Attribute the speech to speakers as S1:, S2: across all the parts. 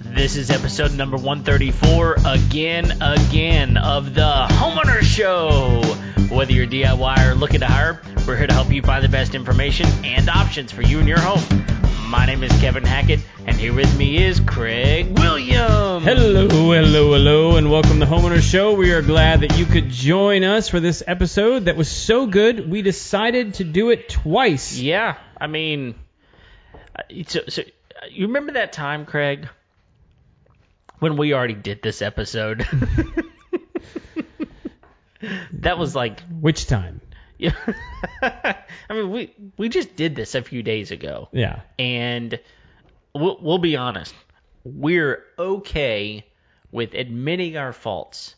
S1: This is episode number 134 again, again of the Homeowner Show. Whether you're DIY or looking to hire, we're here to help you find the best information and options for you and your home. My name is Kevin Hackett, and here with me is Craig Williams.
S2: Hello, hello, hello, and welcome to Homeowner Show. We are glad that you could join us for this episode that was so good we decided to do it twice.
S1: Yeah, I mean, uh, so, so uh, you remember that time, Craig, when we already did this episode? that was like,
S2: Which time?
S1: yeah. I mean, we we just did this a few days ago,
S2: Yeah.
S1: and we'll, we'll be honest, we're okay with admitting our faults.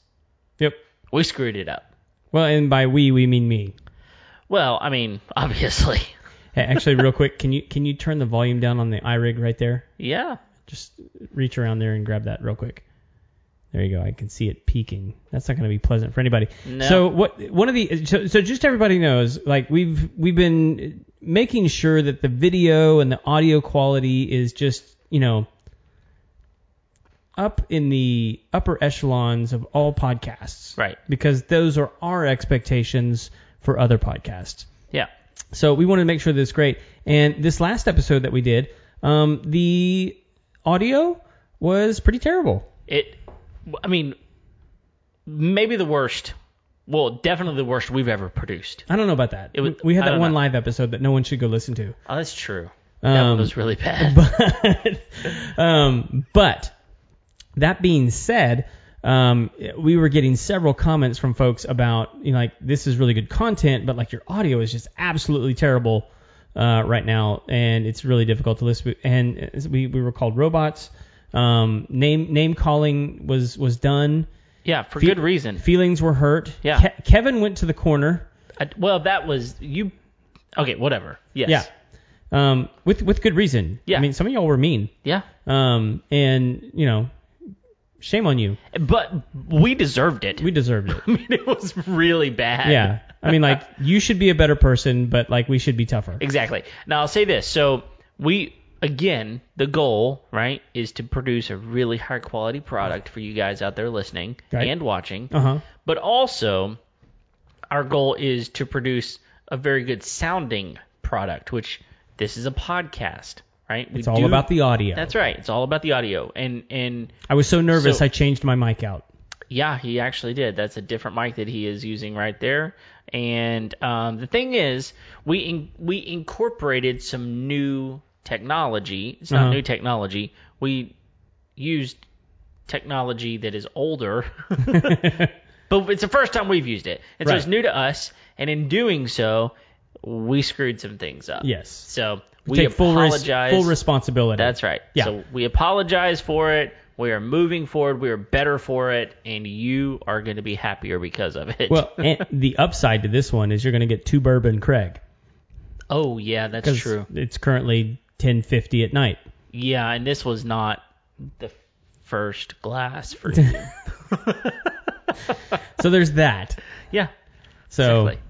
S2: Yep.
S1: We screwed it up.
S2: Well, and by we we mean me.
S1: Well, I mean, obviously,
S2: Hey, actually, real quick, can you can you turn the volume down on the iRig right there?
S1: yeah.
S2: Just reach around there and grab that real quick. There you go. I can see it peaking. That's not going to be pleasant for anybody.
S1: No.
S2: So what one of the so, so just everybody knows like we've we've been making sure that the video and the audio quality is just you know up in the upper echelons of all podcasts.
S1: Right.
S2: Because those are our expectations for other podcasts.
S1: Yeah.
S2: So we wanted to make sure that it's great. And this last episode that we did, um, the audio was pretty terrible.
S1: It, I mean, maybe the worst. Well, definitely the worst we've ever produced.
S2: I don't know about that.
S1: was-
S2: we had
S1: I
S2: that
S1: don't
S2: one
S1: know.
S2: live episode that no one should go listen to.
S1: Oh, that's true. That
S2: Um,
S1: one was really bad.
S2: But, um, but that being said, um, we were getting several comments from folks about, you know, like this is really good content, but like your audio is just absolutely terrible uh, right now, and it's really difficult to listen. to. And uh, we, we were called robots. Um, name name calling was was done.
S1: yeah, for good reason.
S2: Feelings were hurt.
S1: Yeah.
S2: Ke- Kevin went to the corner.
S1: I, well, that was you. Okay, whatever. Yes.
S2: Yeah. Um, with with good reason.
S1: Yeah.
S2: I mean, some of y'all were mean.
S1: Yeah.
S2: Um, and you know, shame on you.
S1: But we deserved it.
S2: We deserved it.
S1: I mean, it was really bad.
S2: Yeah. I mean, like you should be a better person, but like we should be tougher.
S1: Exactly. Now I'll say this. So we again, the goal, right, is to produce a really high quality product for you guys out there listening
S2: Right.
S1: and watching.
S2: Uh huh.
S1: But also our goal is to produce a very good sounding product, which this is a podcast, right? We
S2: It's all
S1: do-
S2: about the audio.
S1: That's right. It's all about the audio. And and
S2: I was so nervous,
S1: So-
S2: I changed my mic out.
S1: Yeah, he actually did. That's a different mic that he is using right there. And um, the thing is, we in, we incorporated some new technology. It's not
S2: Uh-huh.
S1: new technology. We used technology that is older, but it's the first time we've used it, and so it's
S2: Right.
S1: new to us. And in doing so, we screwed some things up.
S2: Yes.
S1: So we
S2: Take full res-
S1: apologize.
S2: full responsibility.
S1: That's right.
S2: Yeah.
S1: So we apologize for it. We are moving forward. We are better for it, and you are going to be happier because of it.
S2: Well, and the upside to this one is you're going to get two bourbon Craig.
S1: oh yeah, that's
S2: 'Cause
S1: true.
S2: It's currently 10:50 at night.
S1: Yeah, and this was not the first glass for you.
S2: So there's that.
S1: yeah,
S2: So
S1: exactly.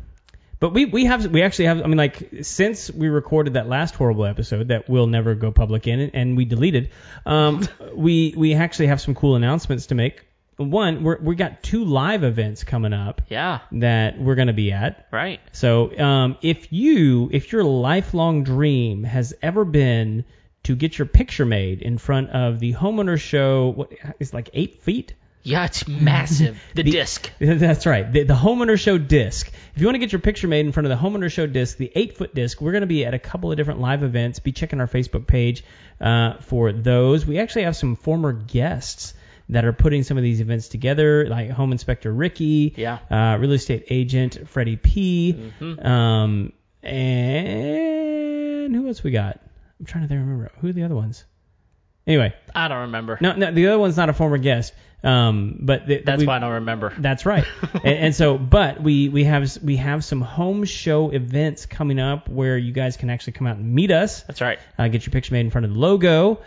S2: But we we have we actually have I mean like since we recorded that last horrible episode that will never go public in and we deleted, um, we we actually have some cool announcements to make. One, we're, we got two live events coming up
S1: Yeah,
S2: that we're gonna be at.
S1: right.
S2: So um, if you if your lifelong dream has ever been to get your picture made in front of the homeowner show, what it's like eight feet.
S1: Yeah, it's massive. The,
S2: The-
S1: disc.
S2: That's right. The, the Homeowner Show disc. If you want to get your picture made in front of the Homeowner Show disc, the eight foot disc, we're going to be at a couple of different live events. Be checking our Facebook page uh, for those. We actually have some former guests that are putting some of these events together, like Home Inspector Ricky,
S1: Yeah.
S2: uh, Real Estate Agent Freddie P, um, and who else we got? I'm trying to remember who are the other ones. Anyway,
S1: I don't remember.
S2: no, no, the other one's not a former guest, um, but th-
S1: that's
S2: we-
S1: why I don't remember.
S2: that's right. and, and so, but we we have we have some home show events coming up where you guys can actually come out and meet us,
S1: That's right.
S2: uh, get your picture made in front of the logo,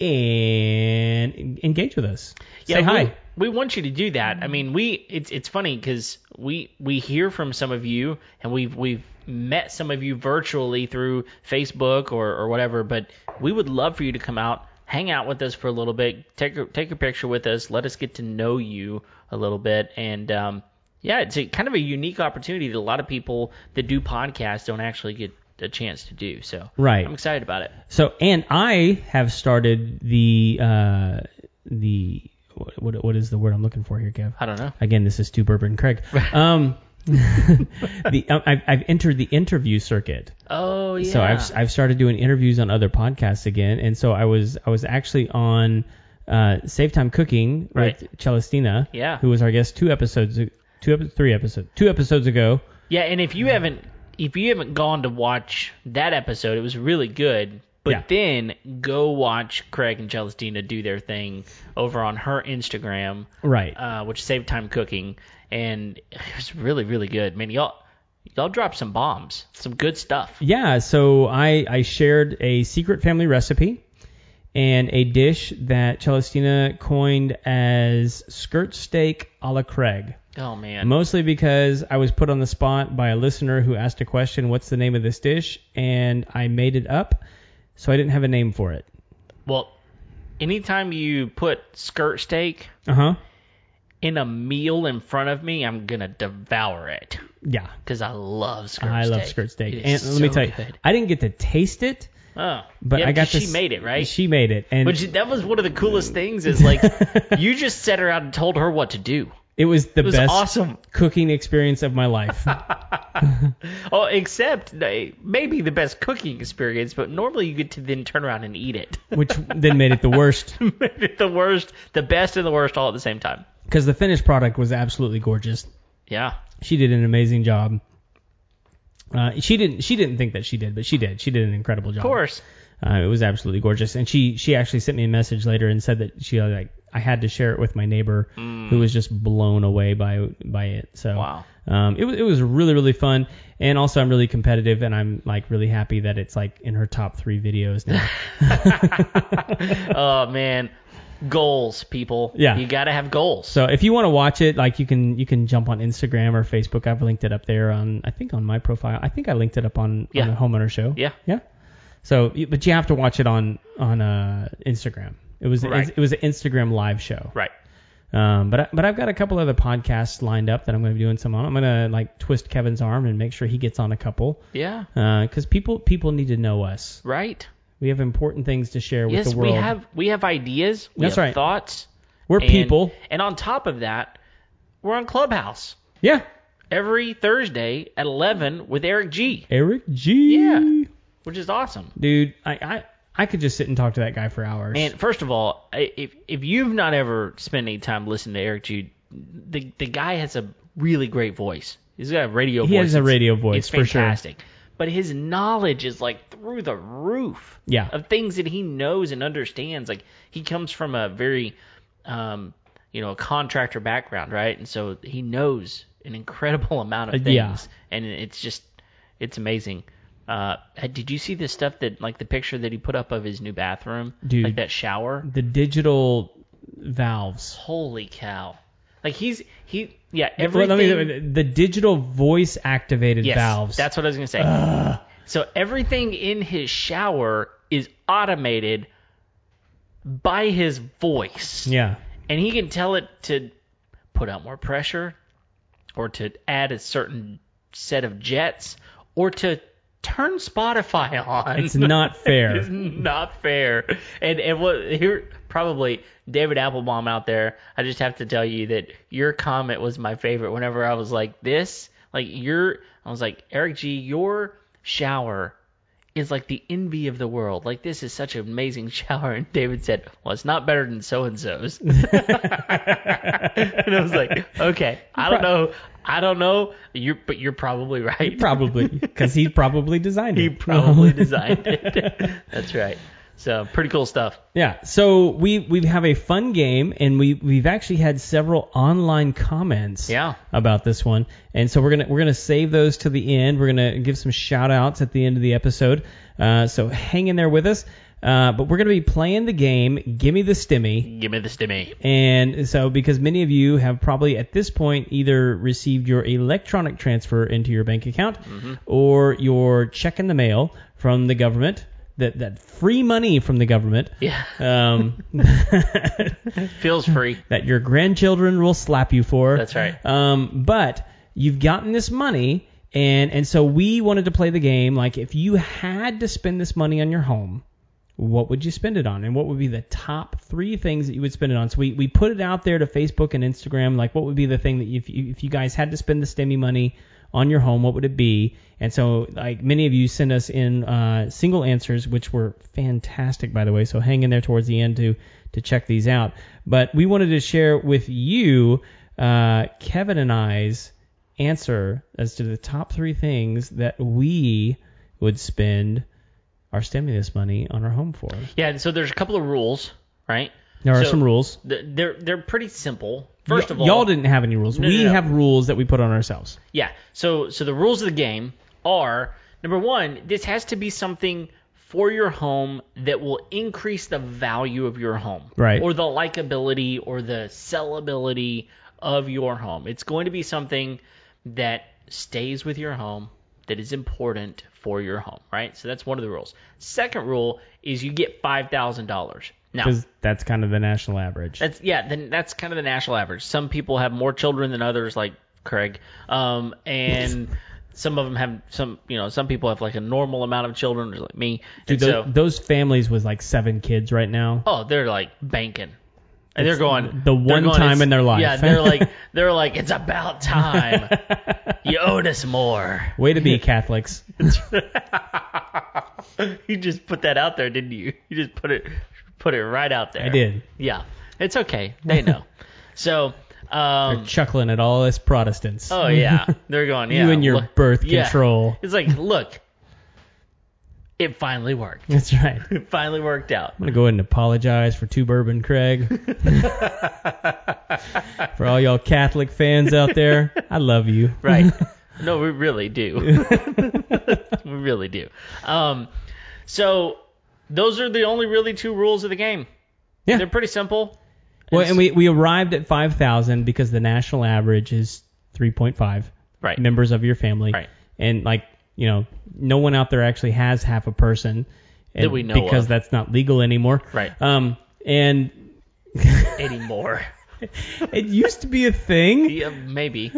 S2: and en- engage with us. Say
S1: we-
S2: hi.
S1: We, want you to do that. I mean, we it's it's funny because we we hear from some of you, and we've we've met some of you virtually through Facebook or or whatever. But we would love for you to come out, hang out with us for a little bit, take a- take a picture with us, let us get to know you a little bit, and um, yeah, it's a, kind of a unique opportunity that a lot of people that do podcasts don't actually get a chance to do. So
S2: Right.
S1: I'm excited about it.
S2: So, and I have started the uh, the what, what what is the word I'm looking for here, Kev?
S1: I don't know.
S2: Again, this is Stu Burber and Craig. Um, the um, I've, I've entered the interview circuit.
S1: Oh yeah.
S2: So I've I've started doing interviews on other podcasts again, and so I was I was actually on uh, Save Time Cooking
S1: Right.
S2: with Celestina,
S1: Yeah.
S2: who was our guest two episodes, two epi- three episodes, two episodes ago.
S1: Yeah, and if you
S2: Mm-hmm.
S1: haven't if you haven't gone to watch that episode, it was really good. But
S2: Yeah.
S1: then go watch Craig and Celestina do their thing over on her Instagram,
S2: Right.
S1: uh, which saved time cooking, and it was really really good. Man, y'all y'all dropped some bombs, some good stuff.
S2: Yeah, so I, I shared a secret family recipe and a dish that Celestina coined as skirt steak a la Craig.
S1: Oh man,
S2: Mostly because I was put on the spot by a listener who asked a question, What's the name of this dish? And I made it up, so I didn't have a name for it.
S1: well, anytime you put skirt steak
S2: Uh huh.
S1: in a meal in front of me, I'm gonna devour it
S2: Yeah.
S1: because I love skirt.
S2: I
S1: steak.
S2: love skirt steak.
S1: It
S2: And
S1: is
S2: let me
S1: so
S2: tell you,
S1: good.
S2: I didn't get to taste it,
S1: Oh,
S2: but
S1: yeah,
S2: I got
S1: because
S2: to.
S1: She
S2: s-
S1: made it, right?
S2: She made it. And
S1: But she, that was one of the coolest things is like you just set her out and told her what to do.
S2: it was the
S1: It was
S2: best
S1: awesome.
S2: cooking experience of my life.
S1: Oh, except they- maybe the best cooking experience, but normally you get to then turn around and eat it.
S2: which then made it the worst
S1: the worst, the best and the worst all at the same time.
S2: because the finished product was absolutely gorgeous.
S1: Yeah.
S2: She did an amazing job. Uh, she didn't. She didn't think that she did, but she did. She did an incredible job.
S1: Of course.
S2: Uh, it was absolutely gorgeous, and she she actually sent me a message later and said that she like I had to share it with my neighbor who was just blown away by by it. So
S1: Mm. Wow.
S2: um, it was it was really really fun, and also I'm really competitive, and I'm like really happy that it's like in her top three videos now.
S1: Oh man, goals, people.
S2: Yeah.
S1: You gotta have goals.
S2: So if you want to watch it, like you can you can jump on Instagram or Facebook. I've linked it up there on I think on my profile. I think I linked it up on,
S1: Yeah.
S2: on the homeowner show.
S1: Yeah.
S2: Yeah. So you- but you have to watch it on on uh, Instagram. It was
S1: Right.
S2: it was an Instagram live show.
S1: Right.
S2: Um, but I, but I've got a couple other podcasts lined up that I'm going to be doing some on. I'm going to like twist Kevin's arm and make sure he gets on a couple
S1: Yeah.
S2: because people people need to know us.
S1: Right.
S2: We have important things to share with
S1: yes,
S2: the world.
S1: we have we have ideas. We
S2: That's
S1: have
S2: right.
S1: thoughts.
S2: We're
S1: and-
S2: people.
S1: And on top of that, we're on Clubhouse.
S2: Yeah.
S1: every Thursday at 11 with Eric G,
S2: Eric G.
S1: Yeah. which is awesome.
S2: dude I, I i could just sit and talk to that guy for hours
S1: Man, first of all, I- if if you've not ever spent any time listening to Eric G, the the guy has a really great voice. He's got a radio
S2: he
S1: voice.
S2: has a
S1: It's-
S2: radio voice
S1: It's
S2: for
S1: fantastic. But his knowledge is like through the roof
S2: Yeah.
S1: of things that he knows and understands. Like he comes from a very um, you know, a contractor background, right? And so he knows an incredible amount of
S2: Uh,
S1: things.
S2: yeah.
S1: And it's just it's amazing. Uh, did you see the stuff that like the picture that he put up of his new bathroom?
S2: Dude.
S1: Like that shower?
S2: sure the digital valves
S1: Holy cow. Like he's he yeah,
S2: Well,
S1: everything
S2: let me- the digital voice activated
S1: Yes,
S2: valves
S1: That's what I was gonna say. So everything in his shower is automated by his voice,
S2: yeah
S1: and he can tell it to put out more pressure, or to add a certain set of jets, or to turn Spotify on.
S2: it's not fair
S1: It's not fair. And and what here probably David Applebaum out there, I just have to tell you that your comment was my favorite whenever I was like this, like your I was like Eric G, your shower is like the envy of the world. Like this is such an amazing shower and David said, "Well, it's not better than so and so's." And I was like, "Okay, I don't know. I don't know. You but you're probably right.
S2: probably because he probably designed it
S1: He probably designed it. That's right. So pretty cool stuff.
S2: yeah so we we have a fun game and we we've actually had several online comments
S1: Yeah.
S2: about this one. And so we're gonna we're gonna save those to the end. We're gonna give some shout outs at the end of the episode. Uh, so hang in there with us. Uh, but we're gonna be playing the game. Give me the stimmy.
S1: Give me this to me.
S2: And so because many of you have probably at this point either received your electronic transfer into your bank account or your check in the mail from the government. that that free money from the government.
S1: Yeah.
S2: Um,
S1: Feels free.
S2: that your grandchildren will slap you for.
S1: That's right.
S2: Um, but you've gotten this money, and and so we wanted to play the game. Like, if you had to spend this money on your home, what would you spend it on, and what would be the top three things that you would spend it on? So we we put it out there to Facebook and Instagram. Like, what would be the thing that if you, if you guys had to spend the STEMI money on your home, what would it be? And so, like many of you sent us in uh, single answers, which were fantastic, by the way. So hang in there towards the end to to check these out. But we wanted to share with you, uh, Kevin and I's answer as to the top three things that we would spend our stimulus money on our home for.
S1: Yeah, and so there's a couple of rules, right?
S2: There are
S1: So-
S2: some rules.
S1: Th- They're they're pretty simple. First
S2: Y-
S1: of all,
S2: y'all didn't have any rules.
S1: No,
S2: we
S1: no, no.
S2: have rules that we put on ourselves.
S1: Yeah. So so the rules of the game are number one, this has to be something for your home that will increase the value of your home.
S2: Right.
S1: Or the likability or the sellability of your home. It's going to be something that stays with your home that is important for your home, right? So that's one of the rules. Second rule is you get five thousand dollars. Now
S2: Because that's kind of the national average.
S1: that's yeah. Then that's kind of the national average. Some people have more children than others, like Craig, um, and some of them have some. You know, some people have like a normal amount of children, like me.
S2: Dude,
S1: And
S2: those,
S1: so,
S2: those families with like seven kids right now.
S1: oh, they're like banking, and they're going
S2: the one
S1: they're going,
S2: time
S1: it's-
S2: in their life.
S1: Yeah, they're like they're like it's about time. you owed us more.
S2: Way to be Catholics.
S1: You just put that out there, didn't you? You just put it put it right out there.
S2: I did.
S1: Yeah, it's okay. They know. so. Um,
S2: Chuckling at all us Protestants.
S1: Oh yeah, they're going. Yeah,
S2: You and your
S1: look-
S2: birth
S1: yeah.
S2: control.
S1: It's like, look, it finally worked.
S2: That's right. I'm
S1: It finally worked out.
S2: gonna go ahead and apologize for two bourbon Craig. for all y'all Catholic fans out there, I love you.
S1: Right. no, we really do. we really do. Um, so those are the only really two rules of the game.
S2: Yeah.
S1: They're pretty simple.
S2: Well, and we we arrived at five thousand because the national average is three point five
S1: Right.
S2: members of your family.
S1: Right.
S2: And like you know, no one out there actually has half a person. and-
S1: That we know
S2: because
S1: of.
S2: that's not legal anymore.
S1: Right.
S2: Um. And
S1: Anymore.
S2: it used to be a thing.
S1: yeah, maybe.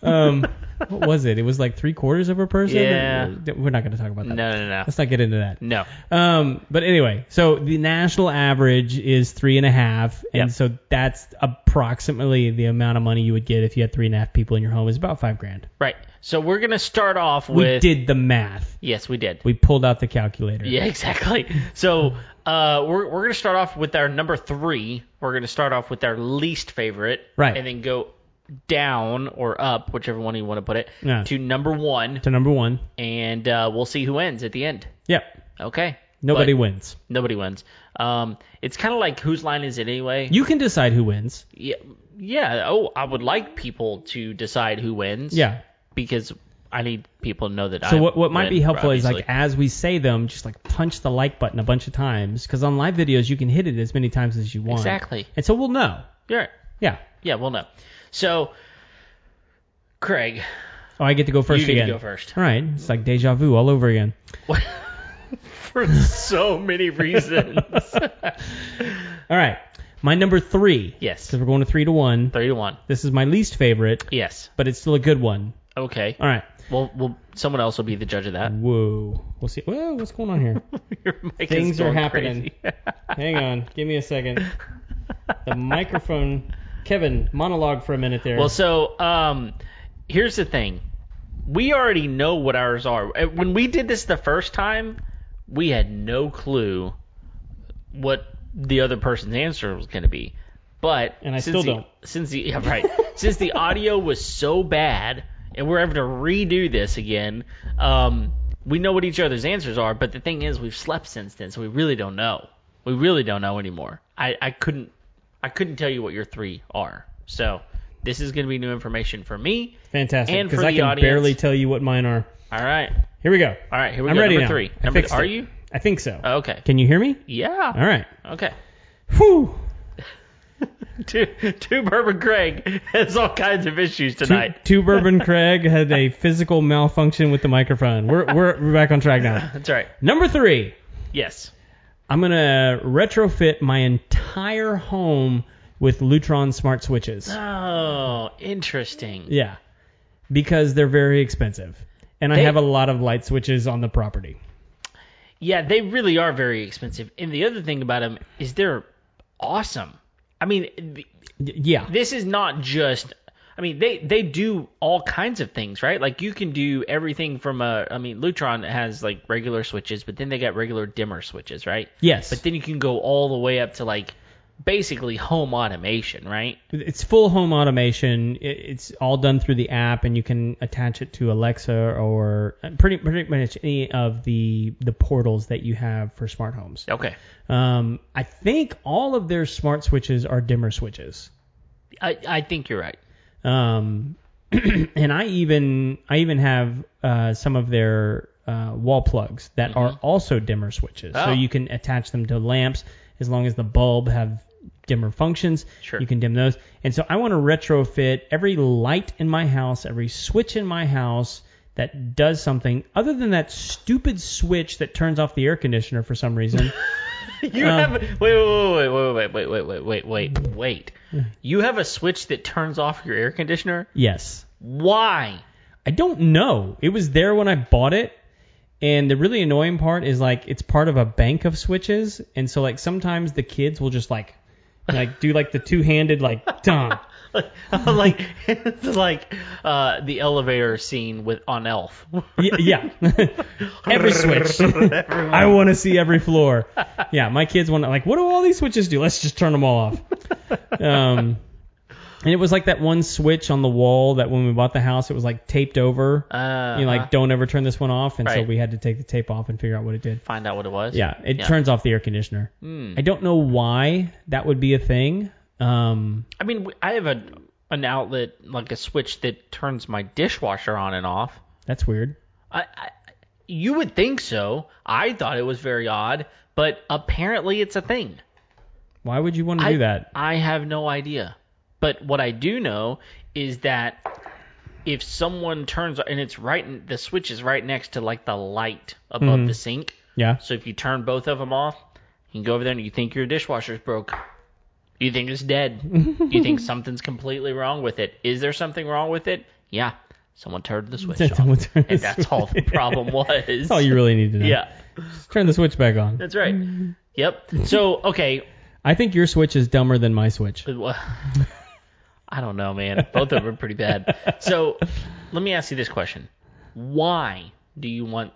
S2: um, what was it? It was like three quarters of a person.
S1: Yeah.
S2: We're not going to talk about
S1: No,
S2: that.
S1: no, no.
S2: Let's not get into that.
S1: No.
S2: Um, but anyway, so the national average is three and a half,
S1: Yep.
S2: and so that's approximately the amount of money you would get if you had three and a half people in your home. Is about five grand.
S1: Right. So we're gonna start off
S2: We
S1: with.
S2: did the math.
S1: Yes, we did.
S2: We pulled out the calculator.
S1: Yeah, exactly. So uh, we're we're gonna start off with our number three. We're gonna start off with our least favorite,
S2: Right.
S1: And then go down or up, whichever one you want to put it,
S2: Yeah.
S1: to number one,
S2: To number one.
S1: and uh, we'll see who wins at the end.
S2: Yep.
S1: Okay.
S2: Nobody
S1: But
S2: wins.
S1: Nobody wins. Um, it's kind of like whose line is it anyway?
S2: You can decide who wins.
S1: yeah, yeah. Oh, I would like people to decide who wins.
S2: Yeah.
S1: Because I need people to know that.
S2: So
S1: I
S2: what, what might
S1: win,
S2: be helpful is like
S1: obviously.
S2: as we say them, just like punch the like button a bunch of times because on live videos you can hit it as many times as you want.
S1: exactly.
S2: And so we'll know.
S1: You're right.
S2: Yeah.
S1: Yeah, we'll know. So, Craig,
S2: Oh, I get to go first
S1: you get
S2: again.
S1: to go first
S2: All right. It's like deja vu all over again.
S1: for so many reasons.
S2: All right. My number three.
S1: yes,
S2: Because we're going to three to one.
S1: three to one.
S2: This is my least favorite,
S1: Yes.
S2: but it's still a good one.
S1: Okay.
S2: All right.
S1: Well, well, someone else will be the judge of that.
S2: Whoa. We'll see. Whoa. What's going on here?
S1: Your mic is
S2: Things are
S1: going
S2: happening.
S1: crazy.
S2: Hang on. Give me a second. The microphone. Kevin, monologue for a minute there.
S1: Well, so um, here's the thing. We already know what ours are. Uh, When we did this the first time, we had no clue what the other person's answer was going to be. But
S2: And I
S1: since
S2: still
S1: the,
S2: don't.
S1: Since the yeah, right, since the audio was so bad, and we're having to redo this again, um, we know what each other's answers are. But the thing is, we've slept since then, so we really don't know. We really don't know anymore. I, I couldn't I couldn't tell you what your three are. So this is going to be new information for me.
S2: Fantastic.
S1: and
S2: Because
S1: for
S2: I
S1: the
S2: can
S1: audience-
S2: barely tell you what mine are.
S1: All right,
S2: Here we go.
S1: all right. Here we
S2: I'm
S1: go.
S2: ready
S1: number
S2: now.
S1: three.
S2: I
S1: Number,
S2: fixed
S1: are
S2: it.
S1: you?
S2: I think so.
S1: Okay.
S2: Can you hear me?
S1: Yeah.
S2: All right.
S1: Okay.
S2: Whew.
S1: Two, two bourbon Craig has all kinds of issues
S2: Two,
S1: tonight.
S2: two Bourbon Craig had a physical malfunction with the microphone. We're, we're, we're back on track now.
S1: That's right.
S2: Number three.
S1: Yes.
S2: I'm gonna retrofit my entire home with Lutron smart switches.
S1: Oh, interesting.
S2: Yeah, because they're very expensive, and I
S1: They-
S2: have a lot of light switches on the property.
S1: Yeah, they really are very expensive. And the other thing about them is they're awesome. I mean,
S2: Y- yeah,
S1: this is not just. I mean, they they do all kinds of things, right? Like you can do everything from a. I mean, Lutron has like regular switches, but then they got regular dimmer switches, right?
S2: yes,
S1: But then you can go all the way up to like basically home automation, right?
S2: it's full home automation. It, it's all done through the app, and you can attach it to Alexa or uh, pretty pretty much any of the the portals that you have for smart homes.
S1: Okay.
S2: Um, I think all of their smart switches are dimmer switches.
S1: I I think you're right.
S2: Um, and I even I even have uh, some of their uh, wall plugs that are also dimmer switches, so
S1: Mm-hmm. Oh.
S2: you can attach them to lamps as long as the bulb have dimmer functions.
S1: Sure.
S2: You can dim those, and so I want to retrofit every light in my house, every switch in my house that does something other than that stupid switch that turns off the air conditioner for some reason.
S1: You have wait wait wait wait wait wait wait wait wait wait wait. You have a switch that turns off your air conditioner.
S2: yes.
S1: Why?
S2: I don't know. It was there when I bought it. And the really annoying part is like it's part of a bank of switches, and so like sometimes the kids will just like like do like the two-handed like dun.
S1: like it's like uh, the elevator scene with on Elf.
S2: Y- yeah. every switch. I want to see every floor. Yeah, my kids want to like what do all these switches do? Let's just turn them all off. Um and it was like that one switch on the wall that when we bought the house it was like taped over.
S1: Uh,
S2: you know, like don't ever turn this one off, and so
S1: Right.
S2: we had to take the tape off and figure out what it did.
S1: find out what it was.
S2: Yeah, it
S1: Yeah. Hmm.
S2: turns off the air conditioner. I don't know why that would be a thing. Um,
S1: I mean, w- I have a an outlet like a switch that turns my dishwasher on and off.
S2: that's weird.
S1: I, I you would think so. I thought it was very odd, but apparently it's a thing.
S2: Why would you want to
S1: I,
S2: do that?
S1: I have no idea. But what I do know is that if someone turns and it's right, the switch is right next to like the light
S2: Mm-hmm.
S1: above the sink.
S2: Yeah.
S1: So if you turn both of them off, you can go over there and you think your dishwasher's broke. You think it's dead. you think something's completely wrong with it. Is there something wrong with it? Yeah. Someone turned the switch
S2: Someone
S1: off.
S2: turned the
S1: and that's all the problem was.
S2: That's all you really need to know.
S1: yeah.
S2: Just turn the switch back on.
S1: That's right.
S2: Mm-hmm.
S1: Yep. So, okay,
S2: I think your switch is dumber than my switch.
S1: Well, I don't know, man. Both of them are pretty bad. So let me ask you this question: Why do you want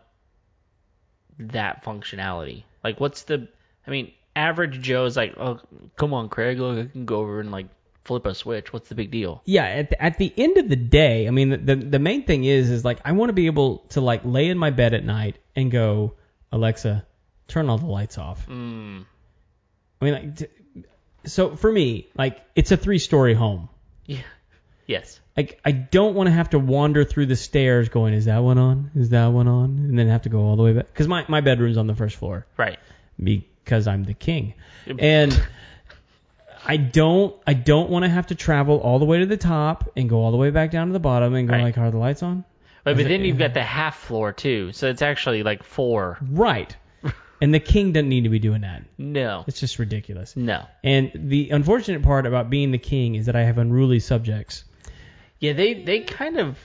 S1: that functionality? Like, what's the? I mean, average Joe's like, oh, come on, Craig, look, I can go over and like flip a switch. What's the big deal?
S2: Yeah. At the, at the end of the day, I mean, the, the the main thing is is like I want to be able to like lay in my bed at night and go, Alexa, turn all the lights off.
S1: Hmm.
S2: I mean, like, t- so for me, like it's a three story home.
S1: Yeah. Yes.
S2: like I don't want to have to wander through the stairs going, is that one on? Is that one on? And then have to go all the way back because my my bedroom's on the first floor
S1: Right.
S2: because I'm the king,
S1: Yep.
S2: and I don't I don't want to have to travel all the way to the top and go all the way back down to the bottom and go
S1: Right.
S2: like, are the lights on?
S1: But, but then you've got the half floor too, so it's actually like four.
S2: Right. And the king doesn't need to be doing that.
S1: No.
S2: It's just ridiculous.
S1: No.
S2: And the unfortunate part about being the king is that I have unruly subjects.
S1: Yeah, they they kind of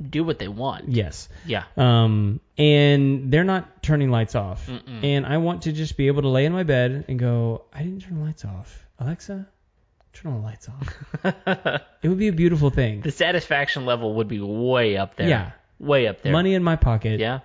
S1: do what they want.
S2: Yes.
S1: Yeah.
S2: um, and they're not turning lights off. And I want to just be able to lay in my bed and go, I didn't turn the lights off. Alexa, turn all the lights off. it would be a beautiful thing.
S1: the satisfaction level would be way up there.
S2: Yeah.
S1: Way up there.
S2: Money in my pocket.
S1: Yeah.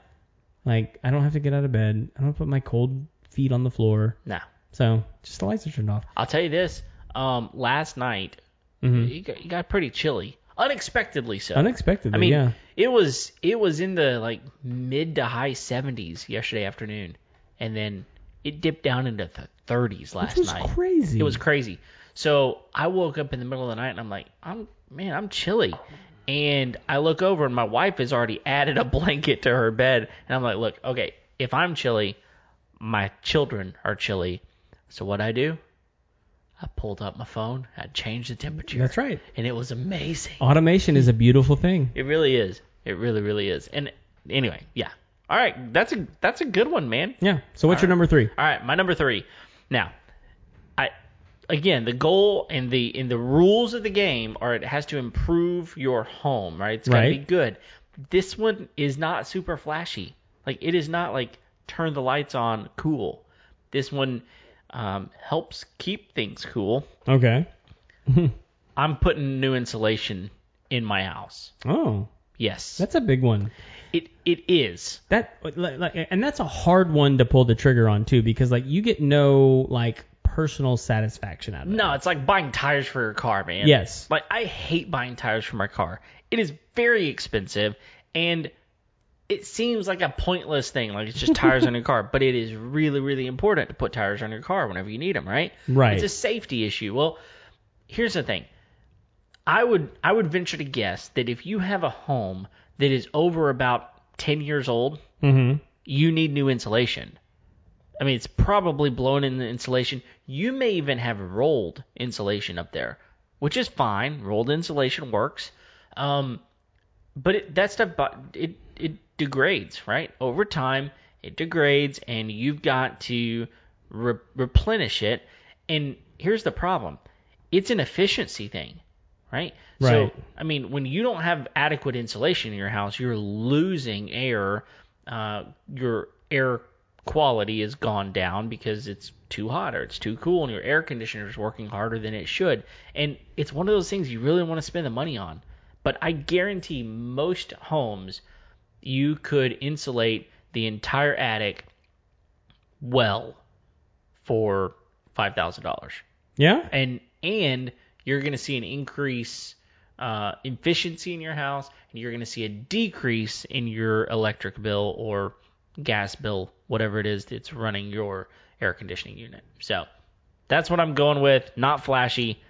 S2: Like I don't have to get out of bed. I don't put my cold feet on the floor.
S1: No.
S2: So just the lights are turned off.
S1: I'll tell you this. Um, last night it, got, it got pretty chilly, unexpectedly so.
S2: Mm-hmm. Unexpectedly,
S1: I mean,
S2: yeah.
S1: it was it was in the like mid to high 70s yesterday afternoon, and then it dipped down into the 30s last
S2: It was
S1: night.
S2: crazy.
S1: It was crazy. So I woke up in the middle of the night and I'm like, I'm man, I'm chilly. And I look over and my wife has already added a blanket to her bed. And I'm like, look, okay, if I'm chilly, my children are chilly. So what I do? I pulled up my phone. I changed the temperature.
S2: That's Oh. right.
S1: And it was amazing.
S2: Automation is a beautiful thing.
S1: It really is. It really, really is. And anyway, yeah, All right, that's a that's a good one, man.
S2: Yeah. So
S1: Uh,
S2: what's your number three?
S1: All right, my number three. Now, I again the goal and the in the rules of the game are it has to improve your home, right? It's got to
S2: Right.
S1: be good. This one is not super flashy. Like it is not like turn the lights on, cool. This one um, helps keep things cool.
S2: Okay.
S1: I'm putting new insulation in my house.
S2: Oh,
S1: Yes,
S2: that's a big one.
S1: it it is.
S2: That like, like- and that's a hard one to pull the trigger on too, because like you get no like personal satisfaction out of it.
S1: No, it's like buying tires for your car, man.
S2: Yes.
S1: Like I hate buying tires for my car. It is very expensive and it seems like a pointless thing, like it's just tires on your car, but it is really really important to put tires on your car whenever you need them, right?
S2: Right.
S1: It's a safety issue. Well, here's the thing. I would I would venture to guess that if you have a home that is over about 10 years old,
S2: Mm-hmm.
S1: you need new insulation. I mean, it's probably blown in the insulation. You may even have rolled insulation up there, which is fine. Rolled insulation works, um, but it, that stuff bu- it it degrades right over time. It degrades, and you've got to re- replenish it. And here's the problem: it's an efficiency thing, right?
S2: Right.
S1: So, I mean, when you don't have adequate insulation in your house, you're losing air. Uh, your air quality has gone down because it's too hot or it's too cool, and your air conditioner is working harder than it should. And it's one of those things you really want to spend the money on. But I guarantee most homes you could insulate the entire attic well for five thousand dollars
S2: Yeah.
S1: and and you're going to see an increase uh, efficiency in your house, and you're going to see a decrease in your electric bill or gas bill, whatever it is that's running your air conditioning unit. So that's what I'm going with. Not flashy,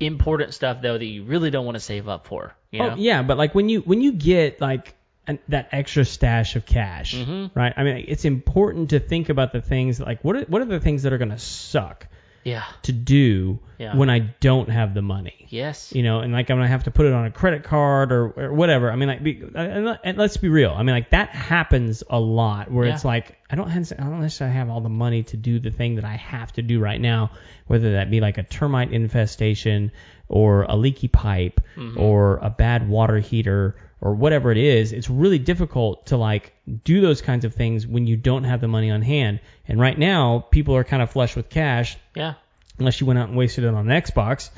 S1: important stuff though that you really don't want to save up for. You know?
S2: Oh yeah, but like when you when you get like an, that extra stash of cash, right? I mean, it's important to think about the things like what are, what are the things that are gonna suck
S1: yeah.
S2: to do
S1: Yeah.
S2: when I don't have the money,
S1: Yes.
S2: you know, and like I'm gonna have to put it on a credit card or, or whatever. I mean, like, be, uh, and, let- and let's be real. I mean, like that happens a lot where
S1: Yeah.
S2: it's like I don't have, I don't necessarily have all the money to do the thing that I have to do right now, whether that be like a termite infestation or a leaky pipe
S1: Mm-hmm.
S2: or a bad water heater or whatever it is. It's really difficult to like do those kinds of things when you don't have the money on hand. And right now, people are kind of flush with cash
S1: Yeah.
S2: unless you went out and wasted it on an Xbox.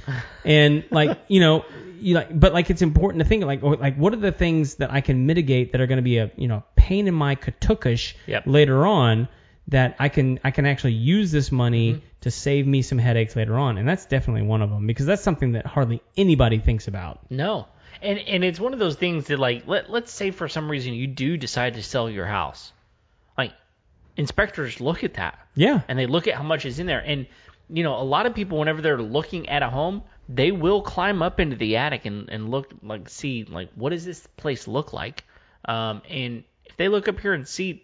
S2: And like, you know, you like, but like, it's important to think like, or, like, what are the things that I can mitigate that are going to be a, you know, pain in my katukush
S1: Yep.
S2: later on that I can, I can actually use this money
S1: Mm-hmm.
S2: to save me some headaches later on. And that's definitely one of them because that's something that hardly anybody thinks about.
S1: No. And and it's one of those things that like let let's say for some reason you do decide to sell your house. Like inspectors look at that.
S2: Yeah.
S1: and they look at how much is in there. And you know, a lot of people whenever they're looking at a home, they will climb up into the attic and, and look like see like what does this place look like? Um, and if they look up here and see,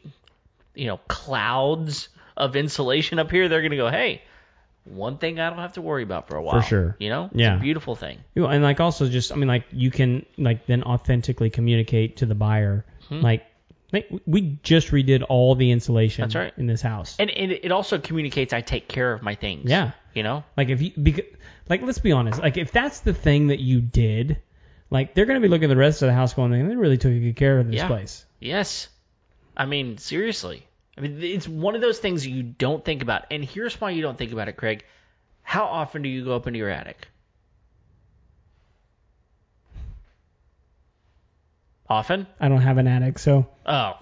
S1: you know, clouds of insulation up here, they're gonna go, hey, one thing I don't have to worry about for a while.
S2: sure.
S1: You know,
S2: Yeah.
S1: it's a beautiful thing.
S2: You know, and like also just I mean like you can like then authentically communicate to the buyer
S1: Hmm.
S2: like like we just redid all the insulation
S1: That's right.
S2: in this house.
S1: And, and it also communicates I take care of my things.
S2: Yeah.
S1: You know.
S2: Like if you because like let's be honest, like if that's the thing that you did, like they're gonna be looking at the rest of the house going, they really took good care of this
S1: Yeah.
S2: place.
S1: Yes. I mean, seriously. I mean, it's one of those things you don't think about. And here's why you don't think about it, Craig. How often do you go up into your attic? Often?
S2: I don't have an attic, so
S1: Oh.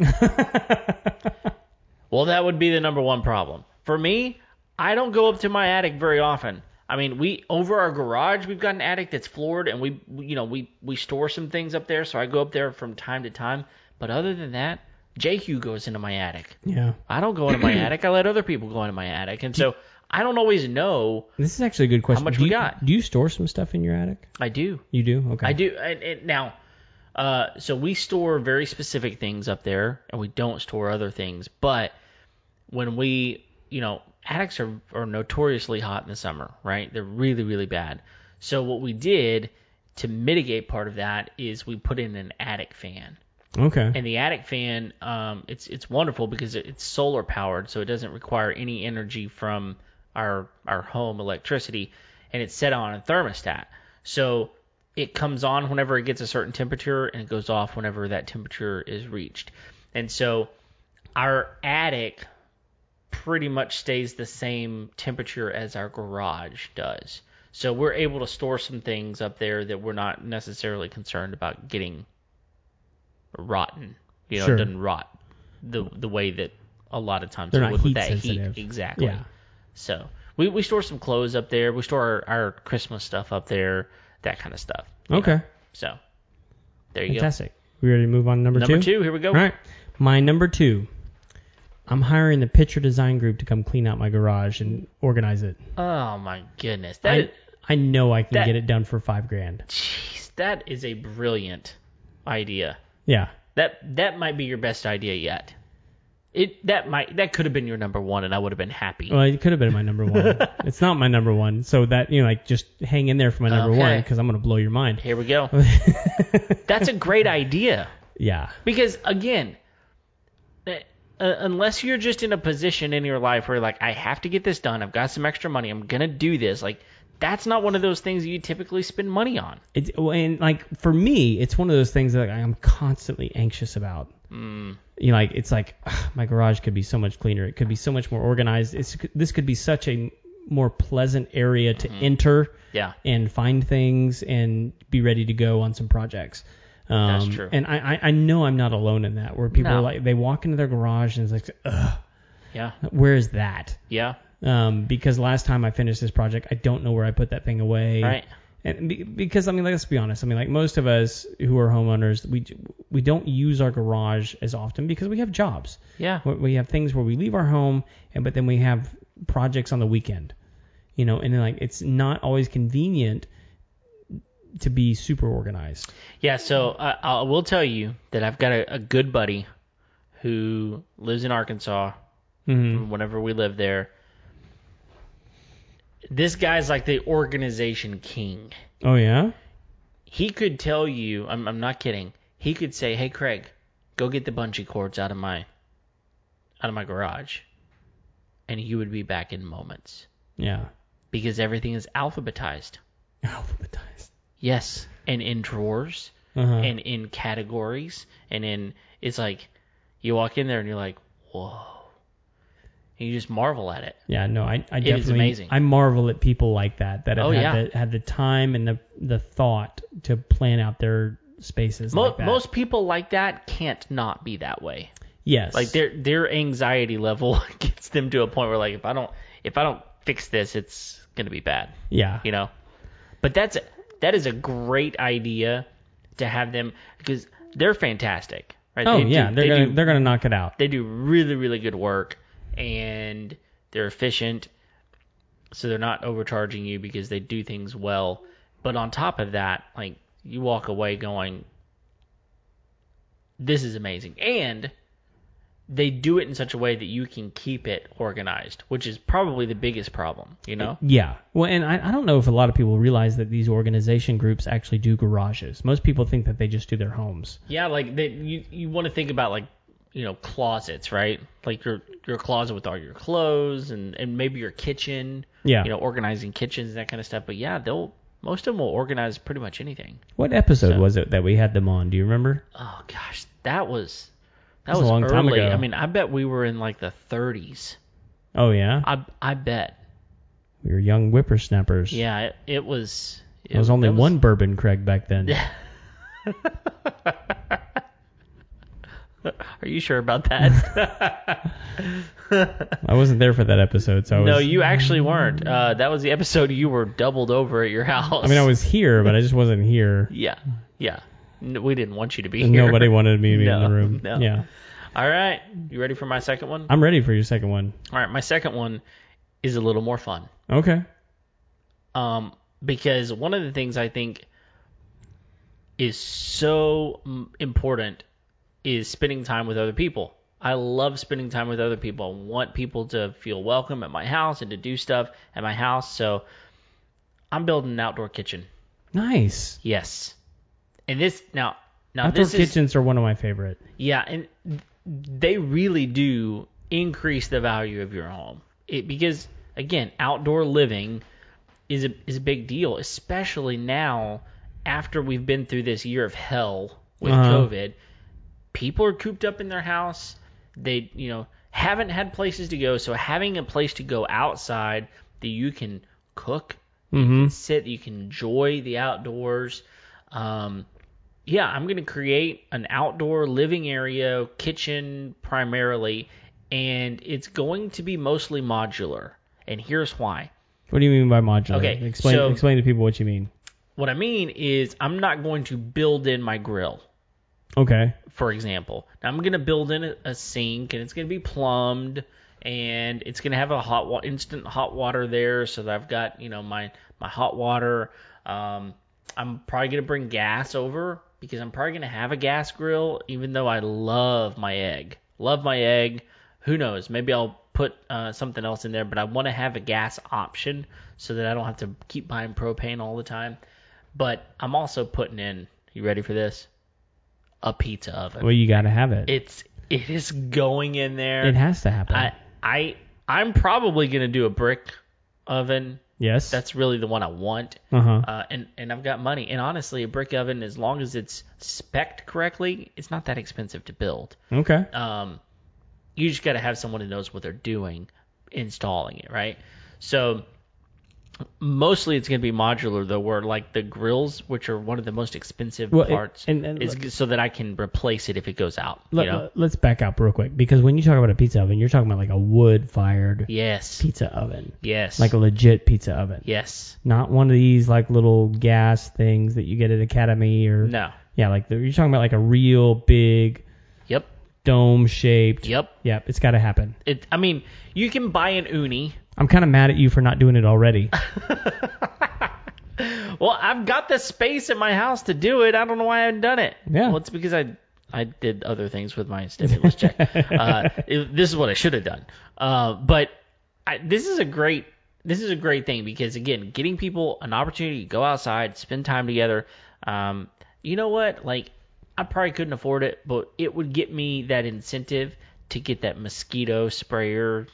S1: well, that would be the number one problem. For me, I don't go up to my attic very often. I mean, we over our garage, we've got an attic that's floored and we we- you know, we we store some things up there, so I go up there from time to time, but other than that, JQ goes into my attic.
S2: yeah.
S1: I don't go into my attic. I let other people go into my attic. And so I don't always know
S2: This is actually a good question.
S1: much
S2: do
S1: we
S2: you,
S1: got?
S2: Do you store some stuff in your attic?
S1: I do.
S2: You do? Okay.
S1: I do. And, and now, uh, so we store very specific things up there, and we don't store other things. But when we, you know, attics are, are notoriously hot in the summer, right? They're really, really bad. So what we did to mitigate part of that is we put in an attic fan.
S2: Okay.
S1: And the attic fan, um, it's it's wonderful because it- it's solar powered, so it doesn't require any energy from our our home electricity, and it's set on a thermostat, so it comes on whenever it gets a certain temperature, and it goes off whenever that temperature is reached, and so our attic pretty much stays the same temperature as our garage does. So we're able to store some things up there that we're not necessarily concerned about getting rotten. You know,
S2: Sure.
S1: it doesn't rot the the way that a lot of times
S2: They're
S1: it
S2: not
S1: would with
S2: heat
S1: that
S2: sensitive.
S1: heat. Exactly.
S2: Yeah.
S1: So we, we store some clothes up there. We store our, our Christmas stuff up there, that kind of stuff. you know.
S2: Okay.
S1: So there you
S2: Fantastic. We ready to move on to number,
S1: go. Number two, here we go.
S2: All right. My number two. I'm hiring the picture design group to come clean out my garage and organize it.
S1: Oh my goodness. That
S2: I, I know I can
S1: that-
S2: get it done for five grand.
S1: Jeez, that is a brilliant idea.
S2: Yeah.
S1: That that might be your best idea yet. It that might that could have been your number one, and I would have been happy.
S2: Well, it could have been my number one. it's not my number one. So that, you know, like just hang in there for my number
S1: Okay.
S2: one one because I'm going to blow your mind.
S1: Here we go. That's a great idea
S2: Yeah.
S1: because again, that- uh, unless you're just in a position in your life where like I have to get this done, I've got some extra money, I'm gonna do this. Like that's not one of those things you typically spend money on.
S2: It's, well, and like for me, it's one of those things that I'm constantly anxious about.
S1: Hmm.
S2: You know, like it's like ugh, my garage could be so much cleaner. It could be so much more organized. It's this could be such a more pleasant area to
S1: Mm-hmm.
S2: enter
S1: Yeah.
S2: and find things and be ready to go on some projects. Um,
S1: That's true.
S2: And I, I, I know I'm not alone in that. Where people
S1: No.
S2: are like they walk into their garage and it's like, ugh,
S1: Yeah.
S2: where is that?
S1: Yeah.
S2: um, because last time I finished this project, I don't know where I put that thing away.
S1: Right.
S2: And be, because I mean, let's be honest. I mean, like most of us who are homeowners, we we don't use our garage as often because we have jobs.
S1: Yeah.
S2: We- We have things where we leave our home, and but then we have projects on the weekend. You know, and then like it's not always convenient to be super organized.
S1: Yeah, so I, I will tell you that I've got a, a good buddy who lives in Arkansas.
S2: Mm-hmm.
S1: From whenever we lived there, this guy's like the organization king.
S2: Oh yeah.
S1: He could tell you, I'm, I'm not kidding. He could say, "Hey Craig, go get the bungee cords out of my out of my garage," and you would be back in moments
S2: Yeah.
S1: because everything is alphabetized.
S2: Alphabetized.
S1: Yes, and in drawers.
S2: Uh-huh.
S1: and in categories and in it's like you walk in there and you're like whoa and you just marvel at it
S2: Yeah, no, I, I
S1: is
S2: definitely,
S1: amazing.
S2: I marvel at people like that that have
S1: Oh,
S2: had,
S1: yeah.
S2: the, had the time and the the thought to plan out their spaces.
S1: Mo-
S2: like that.
S1: most people like that can't not be that way
S2: yes,
S1: like their their anxiety level gets them to a point where like if i don't if i don't fix this it's gonna be bad
S2: yeah,
S1: you know but that's that is a great idea to have them because they're fantastic right
S2: oh
S1: They do-
S2: yeah, they're
S1: they
S2: gonna
S1: do
S2: they're gonna knock it out.
S1: they do really really good work and they're efficient so they're not overcharging you because they do things well but on top of that like you walk away going this is amazing and they do it in such a way that you can keep it organized which is probably the biggest problem you know
S2: Yeah, well, and I, I don't know if a lot of people realize that these organization groups actually do garages. Most people think that they just do their homes.
S1: yeah like they, you you want to think about like you know closets right like your your closet with all your clothes and and maybe your kitchen
S2: Yeah.
S1: you know, organizing kitchens and that kind of stuff. But yeah, they'll most of them will organize pretty much anything.
S2: what episode was it that we had them on? Do you remember?
S1: Oh gosh, that was that
S2: That's
S1: was
S2: a long
S1: early.
S2: time ago.
S1: I mean, I bet we were in like the 30s.
S2: Oh yeah,
S1: I I bet.
S2: we were young whippersnappers.
S1: Yeah, it, it was. It
S2: There was only
S1: that
S2: one bourbon Craig back then.
S1: Are you sure about that?
S2: I wasn't there for that episode, so I was,
S1: no, you actually weren't. Uh, that was the episode you were doubled over at your house.
S2: I mean, I was here, but I just wasn't here.
S1: Yeah, yeah. No, we didn't want you to be
S2: And
S1: here.
S2: Nobody wanted me to be in
S1: No,
S2: the room.
S1: no.
S2: Yeah.
S1: All right, you ready for my second one?
S2: I'm ready for your second one.
S1: All right, my second one is a little more fun.
S2: Okay.
S1: um, because one of the things I think is so m- important is spending time with other people. I love spending time with other people. I want people to feel welcome at my house and to do stuff at my house. So I'm building an outdoor kitchen.
S2: Nice.
S1: Yes. And this now Now
S2: Outdoor
S1: this is
S2: kitchens are one of my favorite.
S1: yeah, and th- they really do increase the value of your home. It because again, outdoor living is a is a big deal, especially now after we've been through this year of hell with
S2: Uh-huh.
S1: COVID. People are cooped up in their house. They, you know, haven't had places to go, so having a place to go outside that you can cook
S2: Mm-hmm.
S1: sit. You can enjoy the outdoors. Um, yeah, I'm going to create an outdoor living area, kitchen primarily, and it's going to be mostly modular. And here's why.
S2: What do you mean by modular?
S1: Okay,
S2: Explain
S1: so-
S2: explain to people what you mean.
S1: What I mean is, I'm not going to build in my grill,
S2: Okay.
S1: for example. I'm going to build in a, a sink, and it's going to be plumbed, and it's going to have a hot wa- instant hot water there, so that I've got you know my my hot water. Um, I'm probably gonna bring gas over because I'm probably gonna have a gas grill, even though I love my egg. Love my egg. Who knows? Maybe I'll put uh, something else in there, but I want to have a gas option so that I don't have to keep buying propane all the time. But I'm also putting in. You ready for this? A pizza oven.
S2: Well, you got to have it. it.
S1: It's it is going in there.
S2: has to happen.
S1: I I I'm probably gonna do a brick oven.
S2: yes.
S1: That's really the one I want
S2: uh-huh.
S1: uh, and and I've got money. And honestly, a brick oven, as long as it's specced correctly, it's not that expensive to build.
S2: okay.
S1: Um, you just got to have someone who knows what they're doing installing it, right? So mostly it's going to be modular though, where like the grills, which are one of the most expensive
S2: Well, it-
S1: parts,
S2: and- and
S1: is so that I can replace it if it goes out.
S2: Let,
S1: you know?
S2: us back up real quick because when you talk about a pizza oven, you're talking about like a wood-fired
S1: Yes.
S2: pizza oven,
S1: Yes.
S2: like a legit pizza oven,
S1: yes.
S2: not one of these like little gas things that you get at Academy or
S1: No.
S2: yeah, like the, you're talking about like a real big
S1: Yep.
S2: dome-shaped.
S1: Yep.
S2: Yep. It's got to happen.
S1: It, I mean, you can buy an uni.
S2: I'm kind of mad at you for not doing it already.
S1: Well, I've got the space in my house to do it. I don't know why I haven't done it.
S2: Yeah.
S1: Well, it's because I I did other things with my stimulus check. uh, it- this is what I should have done. Uh, but I, this is a great this is a great thing because again, getting people an opportunity to go outside, spend time together. Um, you know what? Like, I probably couldn't afford it, but it would get me that incentive to get that mosquito sprayer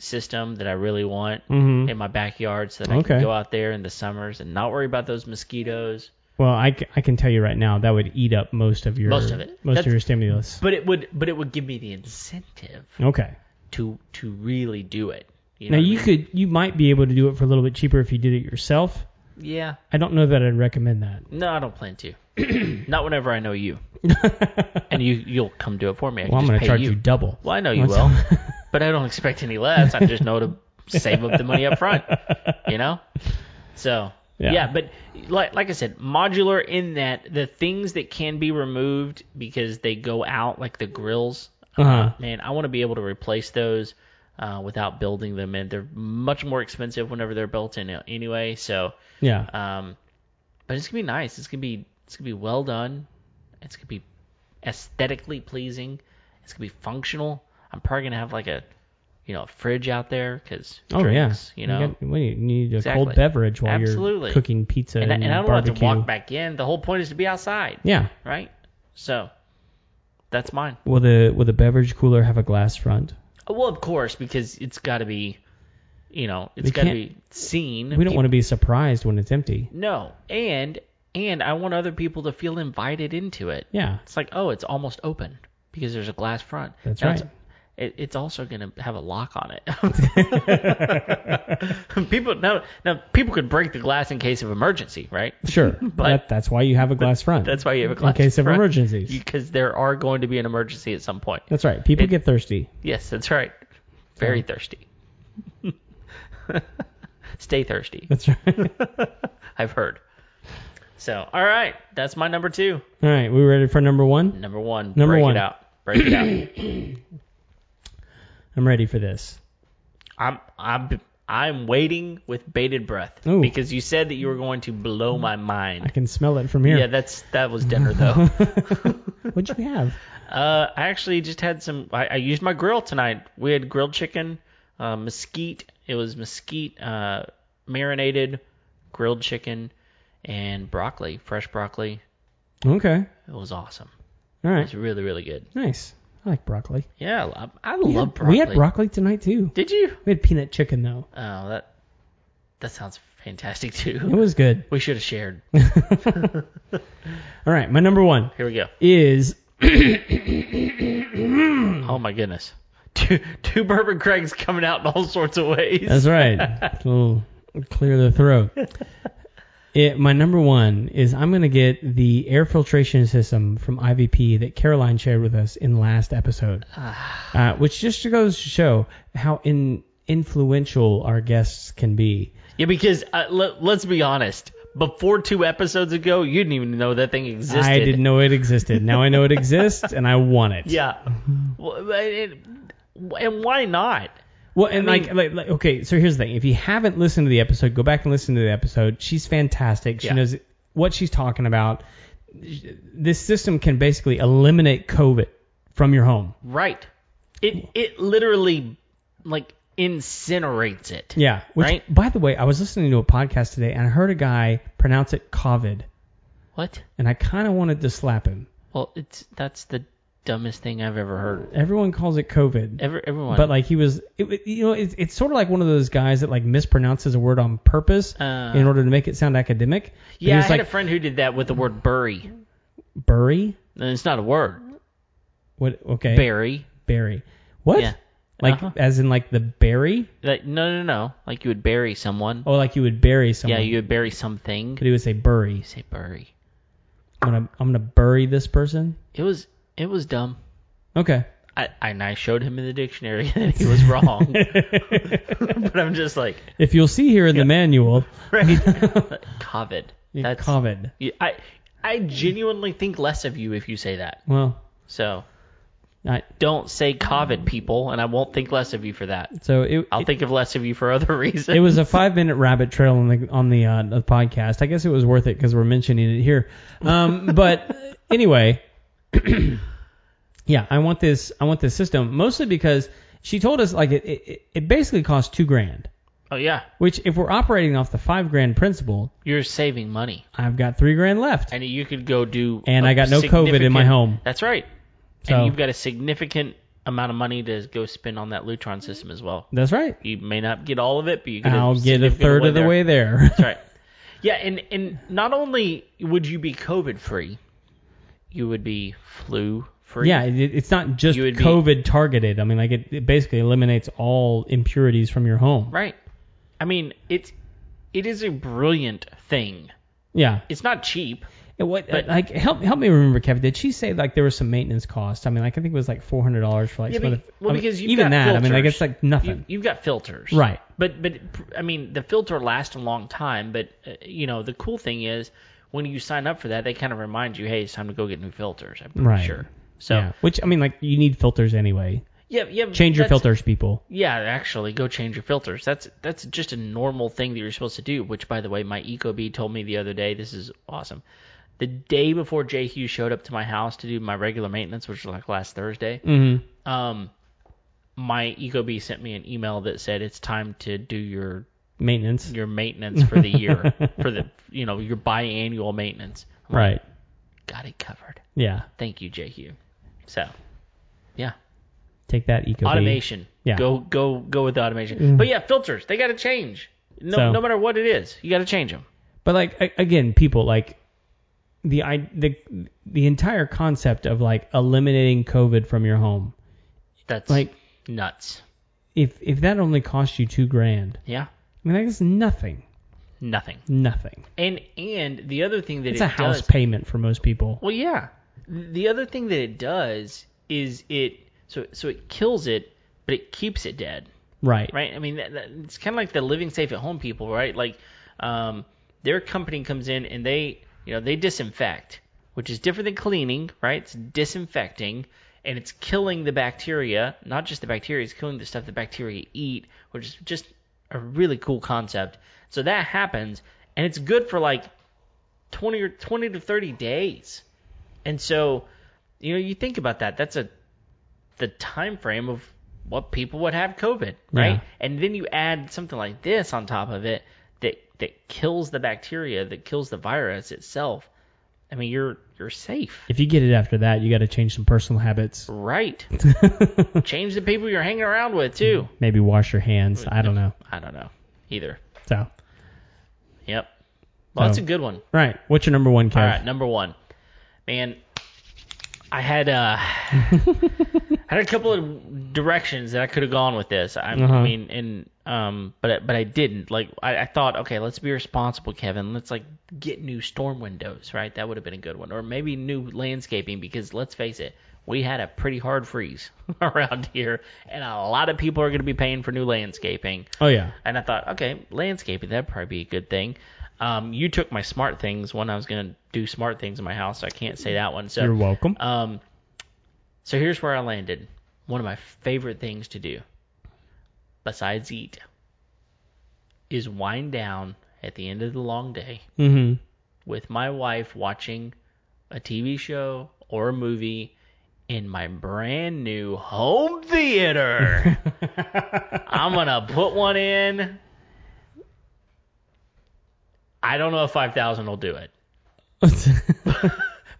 S1: system that I really want
S2: Hmm.
S1: in my backyard so that I
S2: Mm-hmm. Okay.
S1: can go out there in the summers and not worry about those mosquitoes.
S2: Well, I, c- I can tell you right now that would eat up most of your
S1: Most of it.
S2: most of
S1: That's-
S2: your stimulus.
S1: But it would but it would give me the incentive
S2: Okay.
S1: to to really do it. You know
S2: Now
S1: what I
S2: you
S1: mean?
S2: could you might be able to do it for a little bit cheaper if you did it yourself.
S1: Yeah.
S2: I don't know that I'd recommend that.
S1: No, I don't plan to. not whenever I know you. and you you'll come do it for me. I can
S2: Well, I'm
S1: just
S2: going to
S1: pay
S2: charge
S1: you.
S2: you, double.
S1: Well, I know you will. Uh-huh. but I don't expect any less. I just know to save up the money up front. You know? So
S2: Yeah.
S1: yeah. but like like I said, modular in that the things that can be removed because they go out, like the grills,
S2: Uh-huh.
S1: man, I want to be able to replace those uh, without building them in. They're much more expensive whenever they're built in anyway. So,
S2: Yeah.
S1: um, but it's gonna be nice. It's gonna be it's gonna be well done. It's gonna be aesthetically pleasing. It's gonna be functional. I'm probably gonna have like a you know a fridge out there because
S2: Oh
S1: drinks,
S2: yeah.
S1: you know.
S2: got- when you need a cold
S1: Exactly.
S2: beverage while
S1: Absolutely.
S2: you're cooking pizza
S1: and,
S2: and,
S1: I, and I don't
S2: barbecue.
S1: want to walk back in. The whole point is to be outside,
S2: Yeah.
S1: right? So that's mine.
S2: Will the will the beverage cooler have a glass front?
S1: Well, of course, because it's got to be, you know, it's
S2: We
S1: got to
S2: can't-
S1: be seen.
S2: We don't want to be surprised when it's empty.
S1: No, and and I want other people to feel invited into it.
S2: Yeah.
S1: It's like, oh, it's almost open because there's a glass front.
S2: That's
S1: Now it's-
S2: right.
S1: It, it's also going to have a lock on it. people now, now people could break the glass in case of emergency, right?
S2: Sure. that, that's why you have a glass front.
S1: That's why you have a glass
S2: in case of
S1: front.
S2: emergencies.
S1: because there are going to be an emergency at some point.
S2: that's right. People
S1: It-
S2: get thirsty.
S1: Yes, that's right. Very thirsty. Stay thirsty.
S2: That's right.
S1: I've heard. So, all right, that's my number two.
S2: All right, we ready for number one?
S1: Number one.
S2: Number
S1: break
S2: one.
S1: it out. Break it out.
S2: I'm ready for this.
S1: I'm I'm I'm waiting with bated breath
S2: Ooh.
S1: because you said that you were going to blow my
S2: I
S1: mind.
S2: can smell it from here.
S1: Yeah, that's that was dinner though.
S2: What'd you have?
S1: uh, I actually just had some. I, I used my grill tonight. We had grilled chicken, uh, mesquite. It was mesquite uh, marinated grilled chicken and broccoli, fresh broccoli.
S2: Okay.
S1: It was awesome.
S2: All
S1: It's
S2: right.
S1: really, really good.
S2: Nice. I like broccoli.
S1: Yeah, I, lo- I
S2: We
S1: love
S2: had-
S1: broccoli.
S2: We had broccoli tonight too.
S1: Did you?
S2: We had peanut chicken though.
S1: Oh, that that sounds fantastic
S2: It
S1: too.
S2: was good.
S1: We should have shared.
S2: All right, my number one
S1: Here we go.
S2: is
S1: Oh my goodness. Two two bourbon Craigs coming out in all sorts of ways.
S2: that's right. A little clear the throat. It, my number one is I'm gonna get the air filtration system from IVP that Caroline shared with us in last episode, uh, which just goes to show how in, influential our guests can be.
S1: yeah, because uh, let, let's be honest. Before two episodes ago, you didn't even know that thing existed.
S2: I didn't know it existed. Now I know it exists, and I want it.
S1: Yeah.
S2: Mm-hmm.
S1: Well, but it- and why not?
S2: Well, and
S1: mean-
S2: like, like, like, okay, so here's the thing. If you haven't listened to the episode, go back and listen to the episode. She's fantastic. She
S1: Yeah.
S2: knows what she's talking about. This system can basically eliminate COVID from your home.
S1: Right. It it literally like incinerates it.
S2: Yeah. Which,
S1: Right.
S2: By the way, I was listening to a podcast today and I heard a guy pronounce it COVID,
S1: What?
S2: and I kind of wanted to slap him.
S1: Well, it's that's the dumbest thing I've ever heard.
S2: Everyone calls it COVID.
S1: Ever everyone.
S2: But like he was, it, it- you know, it's, it's sort of like one of those guys that like mispronounces a word on purpose
S1: Uh.
S2: in order to make it sound academic. But he
S1: yeah, I
S2: was
S1: had
S2: like
S1: a friend who did that with the word bury.
S2: bury.
S1: And it's not a word.
S2: What? Okay.
S1: Bury.
S2: Berry. What?
S1: Yeah.
S2: Like
S1: Uh-huh.
S2: as in like the berry?
S1: Like no no no. Like you would bury someone.
S2: Oh, like you would bury someone.
S1: Yeah, you would bury something.
S2: But he would say bury.
S1: You say bury.
S2: I'm gonna I'm gonna bury this person.
S1: It was it was dumb.
S2: Okay.
S1: I and I showed him in the dictionary that he was wrong. but I'm just like
S2: If you'll see here in the manual,
S1: right. Covet. That's
S2: COVID.
S1: Yeah, I I genuinely think less of you if you say that.
S2: Well,
S1: So
S2: I,
S1: don't say COVID, people, and I won't think less of you for that.
S2: so it
S1: I'll
S2: it,
S1: think of less of you for other reasons.
S2: it was a five minute rabbit trail on the on the, uh, the podcast. I guess it was worth it because we're mentioning it here. Um, but anyway, yeah, I want this I want this system mostly because she told us like it it, it basically costs two grand.
S1: oh yeah,
S2: Which, if we're operating off the five grand principle,
S1: you're saving money,
S2: I've got three grand left.
S1: and you could go do.
S2: And
S1: I
S2: I got no COVID in my home.
S1: That's right.
S2: So-
S1: And you've got a significant amount of money to go spend on that Lutron system as well.
S2: That's right.
S1: You may not get all of it, but you get.
S2: I'll get a
S1: significant
S2: third of the
S1: there.
S2: way there.
S1: That's right. Yeah, and and not only would you be COVID free, you would be flu free.
S2: yeah, it, it's not just
S1: You would be-
S2: COVID targeted. I mean, like it, it basically eliminates all impurities from your home.
S1: Right. I mean, it's it is a brilliant thing.
S2: Yeah.
S1: It's not cheap.
S2: And what,
S1: But-
S2: like, help help me remember, Kevin. Did she say like there was some maintenance cost? I mean, like I think it was like four hundred dollars for like
S1: Yeah,
S2: some
S1: but-
S2: of the-
S1: well,
S2: I mean,
S1: because you've got
S2: even that. I mean, like
S1: filters.
S2: it's like
S1: You,
S2: nothing.
S1: you've got filters.
S2: Right.
S1: But but I mean, the filter lasts a long time. But uh, you know, the cool thing is when you sign up for that, they kind of remind you, hey, it's time to go get new filters. I'm pretty
S2: Right.
S1: sure. So
S2: yeah. Which I mean, like you need filters anyway.
S1: yeah, yeah.
S2: Change your
S1: that's-
S2: filters, people.
S1: Yeah, actually, go change your filters. That's that's just a normal thing that you're supposed to do. Which, by the way, my EcoBee told me the other day. This is awesome. The day before Jay Hughes showed up to my house to do my regular maintenance, which was like last Thursday,
S2: Mm-hmm.
S1: um, my EcoBee sent me an email that said it's time to do your
S2: Maintenance.
S1: your maintenance for the year for the you know your biannual maintenance. I'm like,
S2: Right.
S1: Got it covered.
S2: Yeah.
S1: Thank you, Jay Hugh. So, yeah.
S2: Take that eco.
S1: automation.
S2: Yeah. Mm.
S1: Go go go with the automation. But yeah, filters they got to change. No
S2: So-
S1: no matter what it is, you got to change them.
S2: But like a- again, people like the I the the entire concept of like eliminating COVID from your home.
S1: That's
S2: Like-
S1: nuts.
S2: If if that only cost you two grand,
S1: Yeah,
S2: I mean that is nothing,
S1: nothing.
S2: nothing.
S1: And and the other thing that
S2: It's
S1: it
S2: a house
S1: does,
S2: payment for most people.
S1: Well, yeah. The other thing that it does is it so so it kills it, but it keeps it dead.
S2: Right.
S1: right? I mean, that, that, it's kind of like the living safe at home people, right? Like, um, their company comes in and they, you know, they disinfect, which is different than cleaning, right? It's disinfecting and it's killing the bacteria, not just the bacteria, it's killing the stuff the bacteria eat, which is just a really cool concept. So that happens and it's good for like 20 or 20 to 30 days. And so, you know, you think about that. That's a the time frame of what people would have COVID, right?
S2: Yeah.
S1: And then you add something like this on top of it that that kills the bacteria, that kills the virus itself. I mean, you're you're safe,
S2: If you get it after that, you got to change some personal habits.
S1: right? Change the people you're hanging around with too.
S2: Maybe wash your hands. I don't know.
S1: I don't know either.
S2: So,
S1: Yep. Well, that's
S2: Oh.
S1: a good one.
S2: right. What's your number one, Kev?
S1: All right, number one, man. I had uh, had a couple of directions that I could have gone with this. I,
S2: Uh-huh.
S1: I mean, and um, but I- but I didn't. Like I, I thought, okay, let's be responsible, Kevin. Let's like get new storm windows, right? That would have been a good one, or maybe new landscaping because let's face it, we had a pretty hard freeze around here, and a lot of people are going to be paying for new landscaping.
S2: Oh yeah.
S1: And I thought, okay, landscaping, that'd probably be a good thing. Um, you took my smart things when I was going to do smart things in my house. So I can't say that one. So,
S2: You're welcome.
S1: um, so here's where I landed. One of my favorite things to do, besides eat, is wind down at the end of the long day
S2: mm-hmm.
S1: with my wife watching a TV show or a movie in my brand new home theater. I'm going to put one in. I don't know if 5,000 will do it,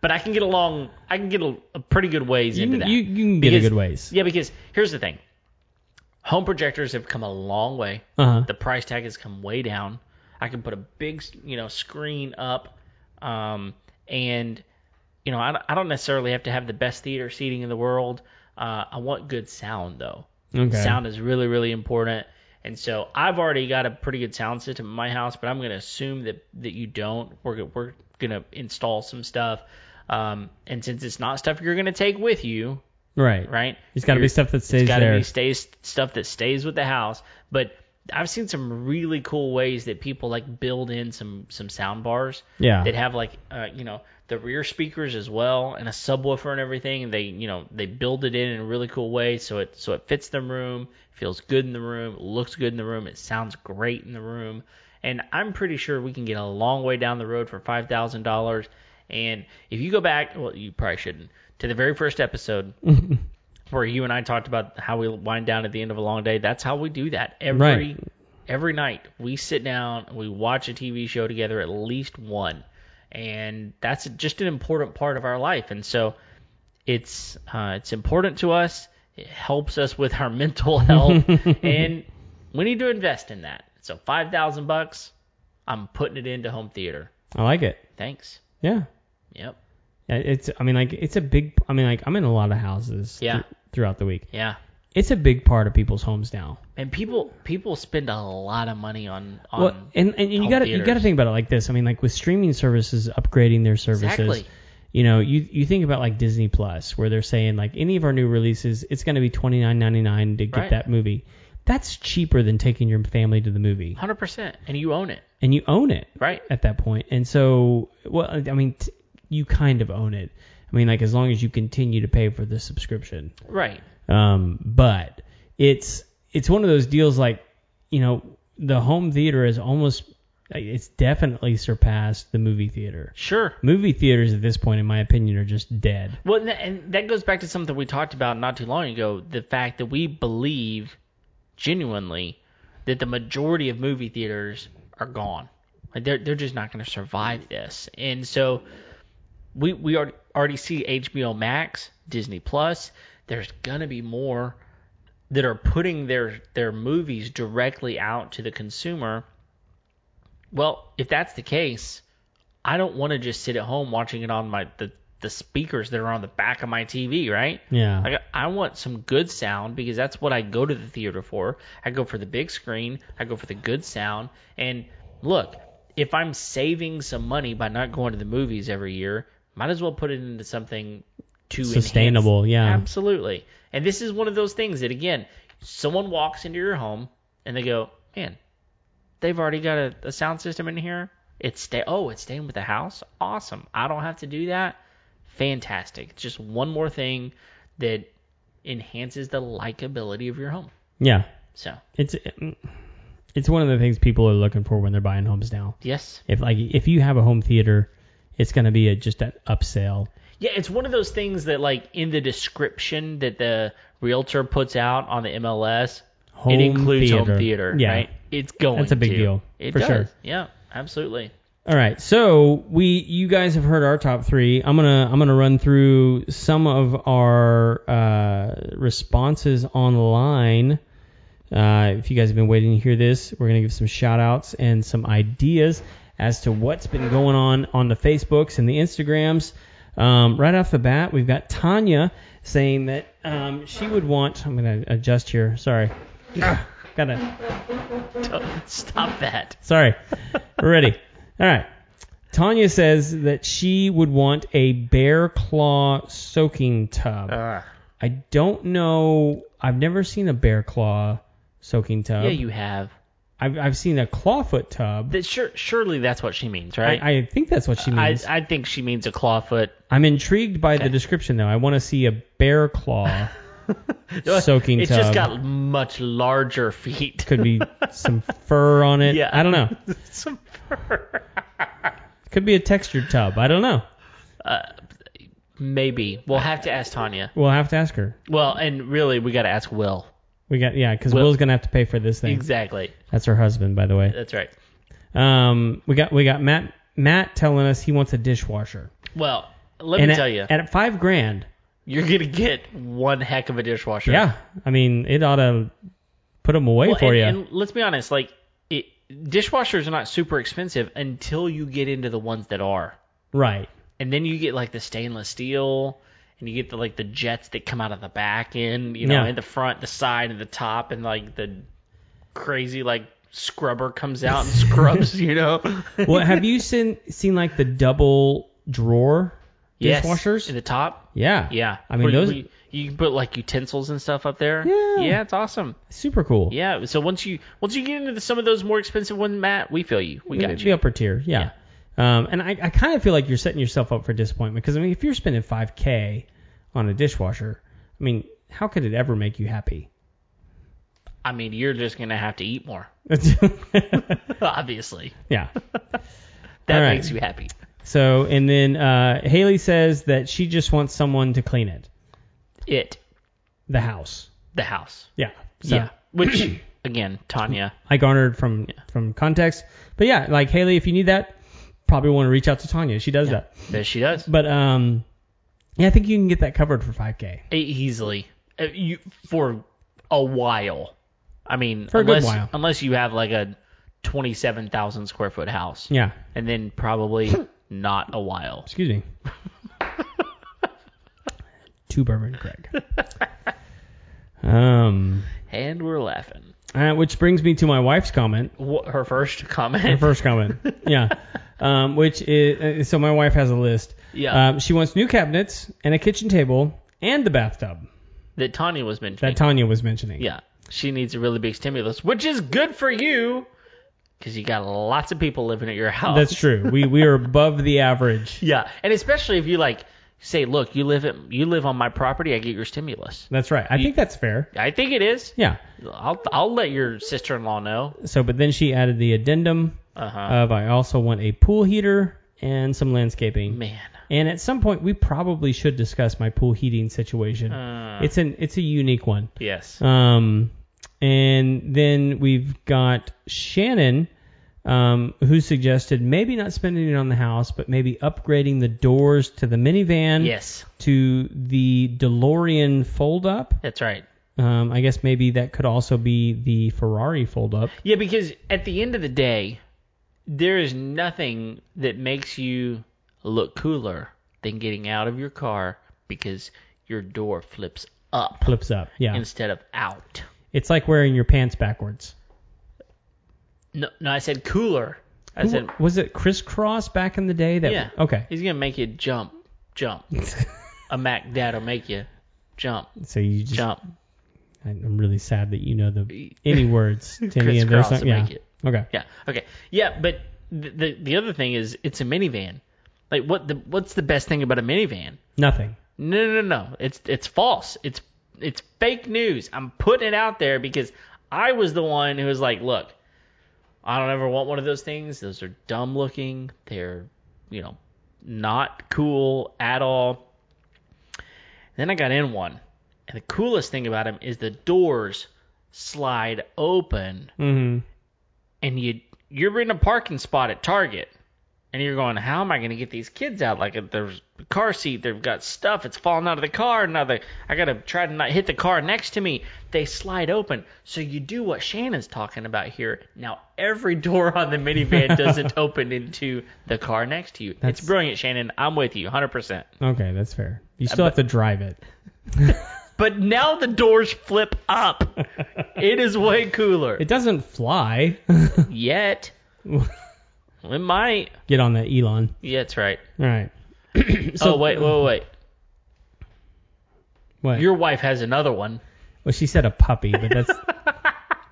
S1: but I can get along. I can get a, a pretty good ways into
S2: you,
S1: that.
S2: you, you can get a
S1: Because-
S2: good ways.
S1: Yeah, because here's the thing. Home projectors have come a long way.
S2: Uh-huh.
S1: The price tag has come way down. I can put a big, you know, screen up, um, and you know, I, don't- I don't necessarily have to have the best theater seating in the world. Uh, I want good sound though.
S2: Okay.
S1: Sound is really, really important. And so I've already got a pretty good sound system in my house, but I'm going to assume that, that you don't. We're, go- we're going to install some stuff. Um, and since it's not stuff you're going to take with you,
S2: right.
S1: right?
S2: It's got to be
S1: You're-
S2: stuff that stays
S1: it's gotta
S2: there.
S1: be stays stuff that stays with the house. But I've seen some really cool ways that people like build in some some sound bars
S2: yeah.
S1: that have like uh, you know the rear speakers as well and a subwoofer and everything. And they you know they build it in in a really cool way so it so it fits the room, feels good in the room, looks good in the room, it sounds great in the room. And I'm pretty sure we can get a long way down the road for five thousand dollars. And if you go back, well, you probably shouldn't, to the very first episode where you and I talked about how we wind down at the end of a long day. That's how we do that every
S2: Right.
S1: every night. We sit down, we watch a TV show together, at least one, and that's just an important part of our life. And so it's uh, it's important to us. It helps us with our mental health, and we need to invest in that. So five thousand bucks, I'm putting it into home theater.
S2: I like it.
S1: Thanks.
S2: Yeah.
S1: Yep.
S2: Yeah, It's. I mean, like it's a big. I mean, like I'm in a lot of houses.
S1: Yeah.
S2: thr- throughout the week,
S1: Yeah.
S2: it's a big part of people's homes now.
S1: And people people spend a lot of money on on
S2: Well, and and you
S1: home
S2: got to you
S1: theaters.
S2: got to think about it like this. I mean, like with streaming services upgrading their services.
S1: Exactly.
S2: You know, you you think about like Disney Plus, where they're saying like any of our new releases, it's going to be twenty nine ninety nine to get
S1: Right.
S2: that movie. That's cheaper than taking your family to the movie,
S1: Hundred percent, and you own it,
S2: and you own it
S1: right?
S2: at that point. And so, well, I mean, t- you kind of own it. I mean, like as long as you continue to pay for the subscription.
S1: Right.
S2: Um, but it's it's one of those deals like you know the home theater is almost it's definitely surpassed the movie theater.
S1: Sure.
S2: Movie theaters at this point, in my opinion, are just dead.
S1: Well, and that- and that goes back to something we talked about not too long ago: the fact that we believe genuinely that the majority of movie theaters are gone. Like they're they're just not going to survive this, and so we we are, already see HBO Max, Disney Plus. There's going to be more that are putting their their movies directly out to the consumer. Well, if that's the case, I don't want to just sit at home watching it on my the the speakers that are on the back of my TV, right?
S2: Yeah.
S1: Like I want some good sound because that's what I go to the theater for. I go for the big screen. I go for the good sound. And look, if I'm saving some money by not going to the movies every year, might as well put it into something to enhance-
S2: Sustainable, yeah.
S1: absolutely. And this is one of those things that again, someone walks into your home and they go, man, they've already got a, a sound system in here. It's stay. Oh, it's staying with the house. Awesome. I don't have to do that. Fantastic. It's just one more thing that enhances the likability of your home.
S2: Yeah,
S1: So
S2: it's it's one of the things people are looking for when they're buying homes now.
S1: yes,
S2: If like if you have a home theater, it's going to be a, just an upsell.
S1: yeah. It's one of those things that like in the description that the realtor puts out on the MLS,
S2: Home
S1: it includes home
S2: theater.
S1: theater.
S2: Yeah.
S1: right? It's going.
S2: That's a big
S1: to.
S2: deal,
S1: It
S2: for
S1: does.
S2: sure.
S1: Yeah, absolutely.
S2: All right, so we you guys have heard our top three. I'm gonna I'm gonna run through some of our uh, responses online. Uh, if you guys have been waiting to hear this, we're gonna give some shout outs and some ideas as to what's been going on on the Facebooks and the Instagrams. Um, right off the bat, we've got Tanya saying that um, she would want. I'm gonna adjust here. Sorry, Ah, gotta.
S1: Stop that.
S2: Sorry. We're ready. All right. Tanya says that she would want a bear claw soaking tub.
S1: Uh.
S2: I don't know. I've never seen a bear claw soaking tub.
S1: yeah, you have.
S2: I've, I've seen a clawfoot tub.
S1: That, sure, surely that's what she means,
S2: I,
S1: right?
S2: I think that's what she
S1: I,
S2: means. I,
S1: I think she means a clawfoot.
S2: am intrigued by the
S1: Okay.
S2: description, though. I want to see a bear claw soaking
S1: It's
S2: tub.
S1: just got much larger feet.
S2: Could be some fur on it.
S1: Yeah.
S2: I don't know.
S1: Some fur.
S2: Could be a textured tub. I don't know.
S1: Maybe we'll have to ask Tanya.
S2: We'll have to ask her.
S1: Well, and really, we got to ask Will.
S2: We got yeah, because
S1: Well-
S2: Will's gonna have to pay for this thing.
S1: Exactly.
S2: That's her husband, by the way.
S1: That's right.
S2: Um, we got we got Matt Matt telling us he wants a dishwasher.
S1: Well, let
S2: and
S1: me
S2: at,
S1: tell you,
S2: at five grand,
S1: you're gonna get one heck of a dishwasher.
S2: yeah, I mean it ought to put him away
S1: Well,
S2: for
S1: and,
S2: you.
S1: and let's be honest, like it, dishwashers are not super expensive until you get into the ones that are,
S2: right.
S1: and then you get like the stainless steel, and you get the like the jets that come out of the back end, you know,
S2: Yeah.
S1: in the front, the side, and the top, and like the crazy like scrubber comes out and scrubs, you know.
S2: Well, have you seen seen like the double drawer
S1: Yes,
S2: dishwashers?
S1: in the top.
S2: yeah.
S1: Yeah,
S2: I mean,
S1: Where
S2: those-
S1: you, you can put like utensils and stuff up there.
S2: Yeah.
S1: yeah, it's awesome.
S2: Super cool.
S1: Yeah, so once you once you get into the, some of those more expensive ones, Matt, we feel you. We got
S2: The
S1: you.
S2: upper tier. Yeah. Um, and I, I kind of feel like you're setting yourself up for disappointment because I mean if you're spending five k on a dishwasher, I mean how could it ever make you happy?
S1: I mean, you're just gonna have to eat more. Obviously,
S2: yeah.
S1: that
S2: All right.
S1: makes you happy.
S2: So, and then uh, Haley says that she just wants someone to clean it,
S1: It,
S2: the house.
S1: the house.
S2: Yeah. So
S1: Yeah, which again, Tanya.
S2: I garnered from from context, but yeah, like Haley, if you need that, probably want to reach out to Tanya. She does that.
S1: There she does
S2: But um, yeah, I think you can get that covered for 5K.
S1: E- easily Uh, you, for a while. I mean,
S2: For a good
S1: unless
S2: while.
S1: unless you have like a twenty-seven thousand square foot house,
S2: Yeah.
S1: and then probably not a while.
S2: Excuse me. Two bourbon, Craig. Um,
S1: And we're laughing.
S2: uh, which brings me to my wife's comment.
S1: Wh- Her first comment.
S2: Her first comment. Yeah. Um, which is uh, so my wife has a list.
S1: Yeah.
S2: Um, she wants new cabinets and a kitchen table and the bathtub
S1: that Tanya was mentioning.
S2: that Tanya was mentioning.
S1: Yeah, she needs a really big stimulus, which is good for you because you got lots of people living at your house.
S2: That's true. We we are above the average.
S1: yeah, and especially if you like say, look, you live at, you live on my property, I get your stimulus.
S2: That's right. I think that's fair.
S1: I think it is.
S2: Yeah.
S1: I'll I'll let your sister-in-law know.
S2: So, but then she added the addendum
S1: Uh-huh.
S2: of I also want a pool heater and some landscaping.
S1: Man,
S2: And at some point, we probably should discuss my pool heating situation.
S1: Uh.
S2: it's an it's a unique one.
S1: yes.
S2: Um, and then we've got Shannon, um, who suggested maybe not spending it on the house, but maybe upgrading the doors to the minivan,
S1: yes,
S2: to the DeLorean fold up.
S1: that's right.
S2: Um, I guess maybe that could also be the Ferrari fold up.
S1: Yeah, because at the end of the day, there is nothing that makes you look cooler than getting out of your car because your door flips up
S2: Flips up. Yeah.
S1: instead of out.
S2: it's like wearing your pants backwards.
S1: No, no, I said cooler. I
S2: Who-
S1: said
S2: was it crisscross back in the day? That
S1: yeah.
S2: Okay.
S1: He's gonna make you jump, jump. A Mac Dad'll make you jump,
S2: So you just
S1: jump.
S2: I'm really sad that you know the any words to any of those.
S1: Crisscross to
S2: yeah.
S1: make it.
S2: Okay.
S1: Yeah. Okay. Yeah, but the, the the other thing is it's a minivan. Like what the what's the best thing about a minivan?
S2: Nothing.
S1: No, no, no. It's it's false. It's it's fake news. I'm putting it out there because I was the one who was like, look, I don't ever want one of those things. Those are dumb looking. They're, you know, not cool at all. Then I got in one, and the coolest thing about them is the doors slide open,
S2: Mm-hmm.
S1: and you you're in a parking spot at Target, and you're going, how am I going to get these kids out? Like there's a car seat, they've got stuff, it's falling out of the car. Now they, I got to try to not hit the car next to me. They slide open, so you do what Shannon's talking about here. Now every door on the minivan doesn't open into the car next to you.
S2: That's-
S1: it's brilliant, Shannon. I'm with you, 100%.
S2: Okay, that's fair. You
S1: Uh,
S2: still have to drive it.
S1: But now the doors flip up. it is way cooler.
S2: It doesn't fly.
S1: Yet it might.
S2: Get on that Elon.
S1: Yeah, that's right.
S2: All right.
S1: oh wait, wait, wait.
S2: What?
S1: Your wife has another one.
S2: well, she said a puppy, but that's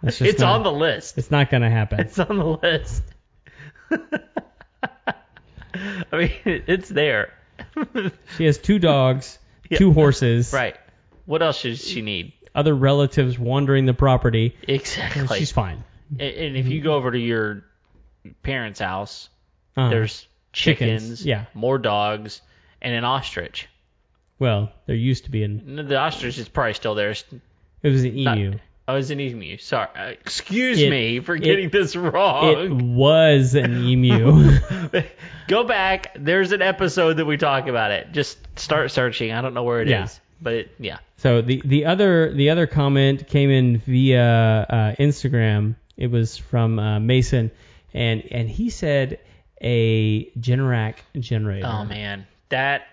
S2: that's just
S1: It's
S2: not,
S1: on the list.
S2: It's not gonna happen.
S1: It's on the list. I mean, it's there.
S2: She has two dogs, two horses,
S1: Right. What else does she need?
S2: other relatives wandering the property.
S1: Exactly.
S2: She's fine.
S1: And- and if you go over to your parents' house,
S2: Uh,
S1: there's chickens,
S2: chickens, yeah.
S1: more dogs, and an ostrich.
S2: well, there used to be an
S1: No, The ostrich is probably still there. It's
S2: it was an
S1: not-
S2: emu.
S1: Oh, it's an emu. Sorry. Uh, excuse
S2: It-
S1: me for
S2: it-
S1: getting this
S2: It
S1: wrong.
S2: was an emu.
S1: go back. There's an episode that we talk about it. Just start searching. I don't know where it is,
S2: Yeah.
S1: but it, yeah.
S2: so the the other the other comment came in via uh, Instagram. It was from uh, Mason, and and he said a Generac generator,
S1: Oh man, that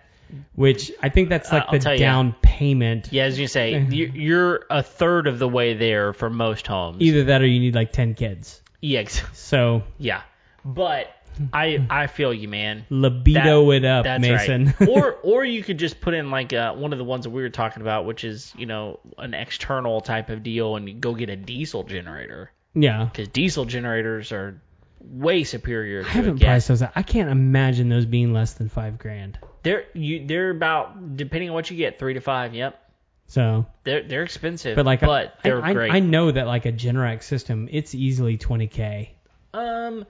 S2: which I think that's like
S1: I'll tell
S2: the
S1: ya.
S2: down payment.
S1: yeah. As you say, you- you're a third of the way there for most homes.
S2: Either that or you need like ten kids.
S1: Yeah, ex-
S2: So
S1: yeah. But I I feel you, man.
S2: libido it up,
S1: That's
S2: Mason.
S1: right. or or you could just put in like uh, one of the ones that we were talking about, which is you know an external type of deal, and you go get a diesel generator
S2: yeah.
S1: because diesel generators are way superior to
S2: I
S1: a
S2: haven't
S1: gas.
S2: priced those out. I can't imagine those being less than five grand.
S1: They're you they're about depending on what you get three to five. Yep,
S2: So,
S1: they're they're expensive,
S2: but like,
S1: but
S2: I,
S1: they're
S2: I,
S1: great.
S2: I know that like a Generac system, it's easily 20k.
S1: Um,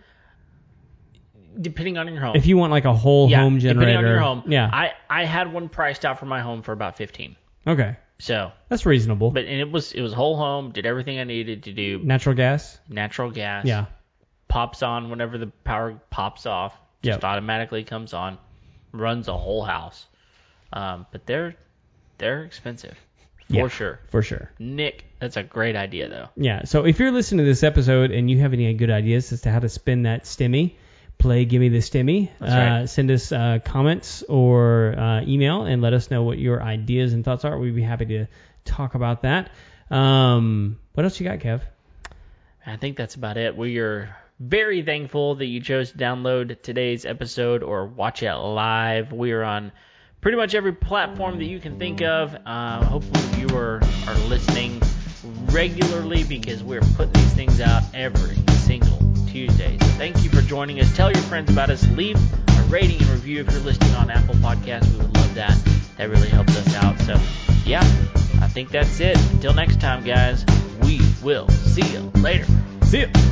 S1: depending on your home.
S2: If you want like a whole
S1: yeah,
S2: home generator,
S1: depending on your home.
S2: yeah,
S1: I I had one priced out for my home for about fifteen.
S2: okay,
S1: So,
S2: that's reasonable.
S1: but and it was it was whole home. Did everything I needed to do.
S2: Natural gas,
S1: Natural gas.
S2: yeah,
S1: Pops on whenever the power pops off. Just
S2: Yep.
S1: automatically comes on. Runs a whole house. Um, but they're they're expensive for
S2: Yeah.
S1: sure.
S2: for sure.
S1: Nick, that's a great idea though.
S2: Yeah. So if you're listening to this episode and you have any good ideas as to how to spend that stimmy, play Gimme the Stimmy.
S1: That's
S2: uh,
S1: right.
S2: Send us uh, comments or uh, email and let us know what your ideas and thoughts are. We'd be happy to talk about that. Um, what else you got, Kev?
S1: I think that's about it. We are very thankful that you chose to download today's episode or watch it live. We are on pretty much every platform that you can think of. Uh, hopefully, you are, are listening regularly because we're putting these things out every single Tuesday. So, thank you for joining us. Tell your friends about us. Leave a rating and review if you're listening on Apple Podcasts. We would love that. That really helps us out. So, yeah, I think that's it. Until next time, guys, we will see you later.
S2: See ya.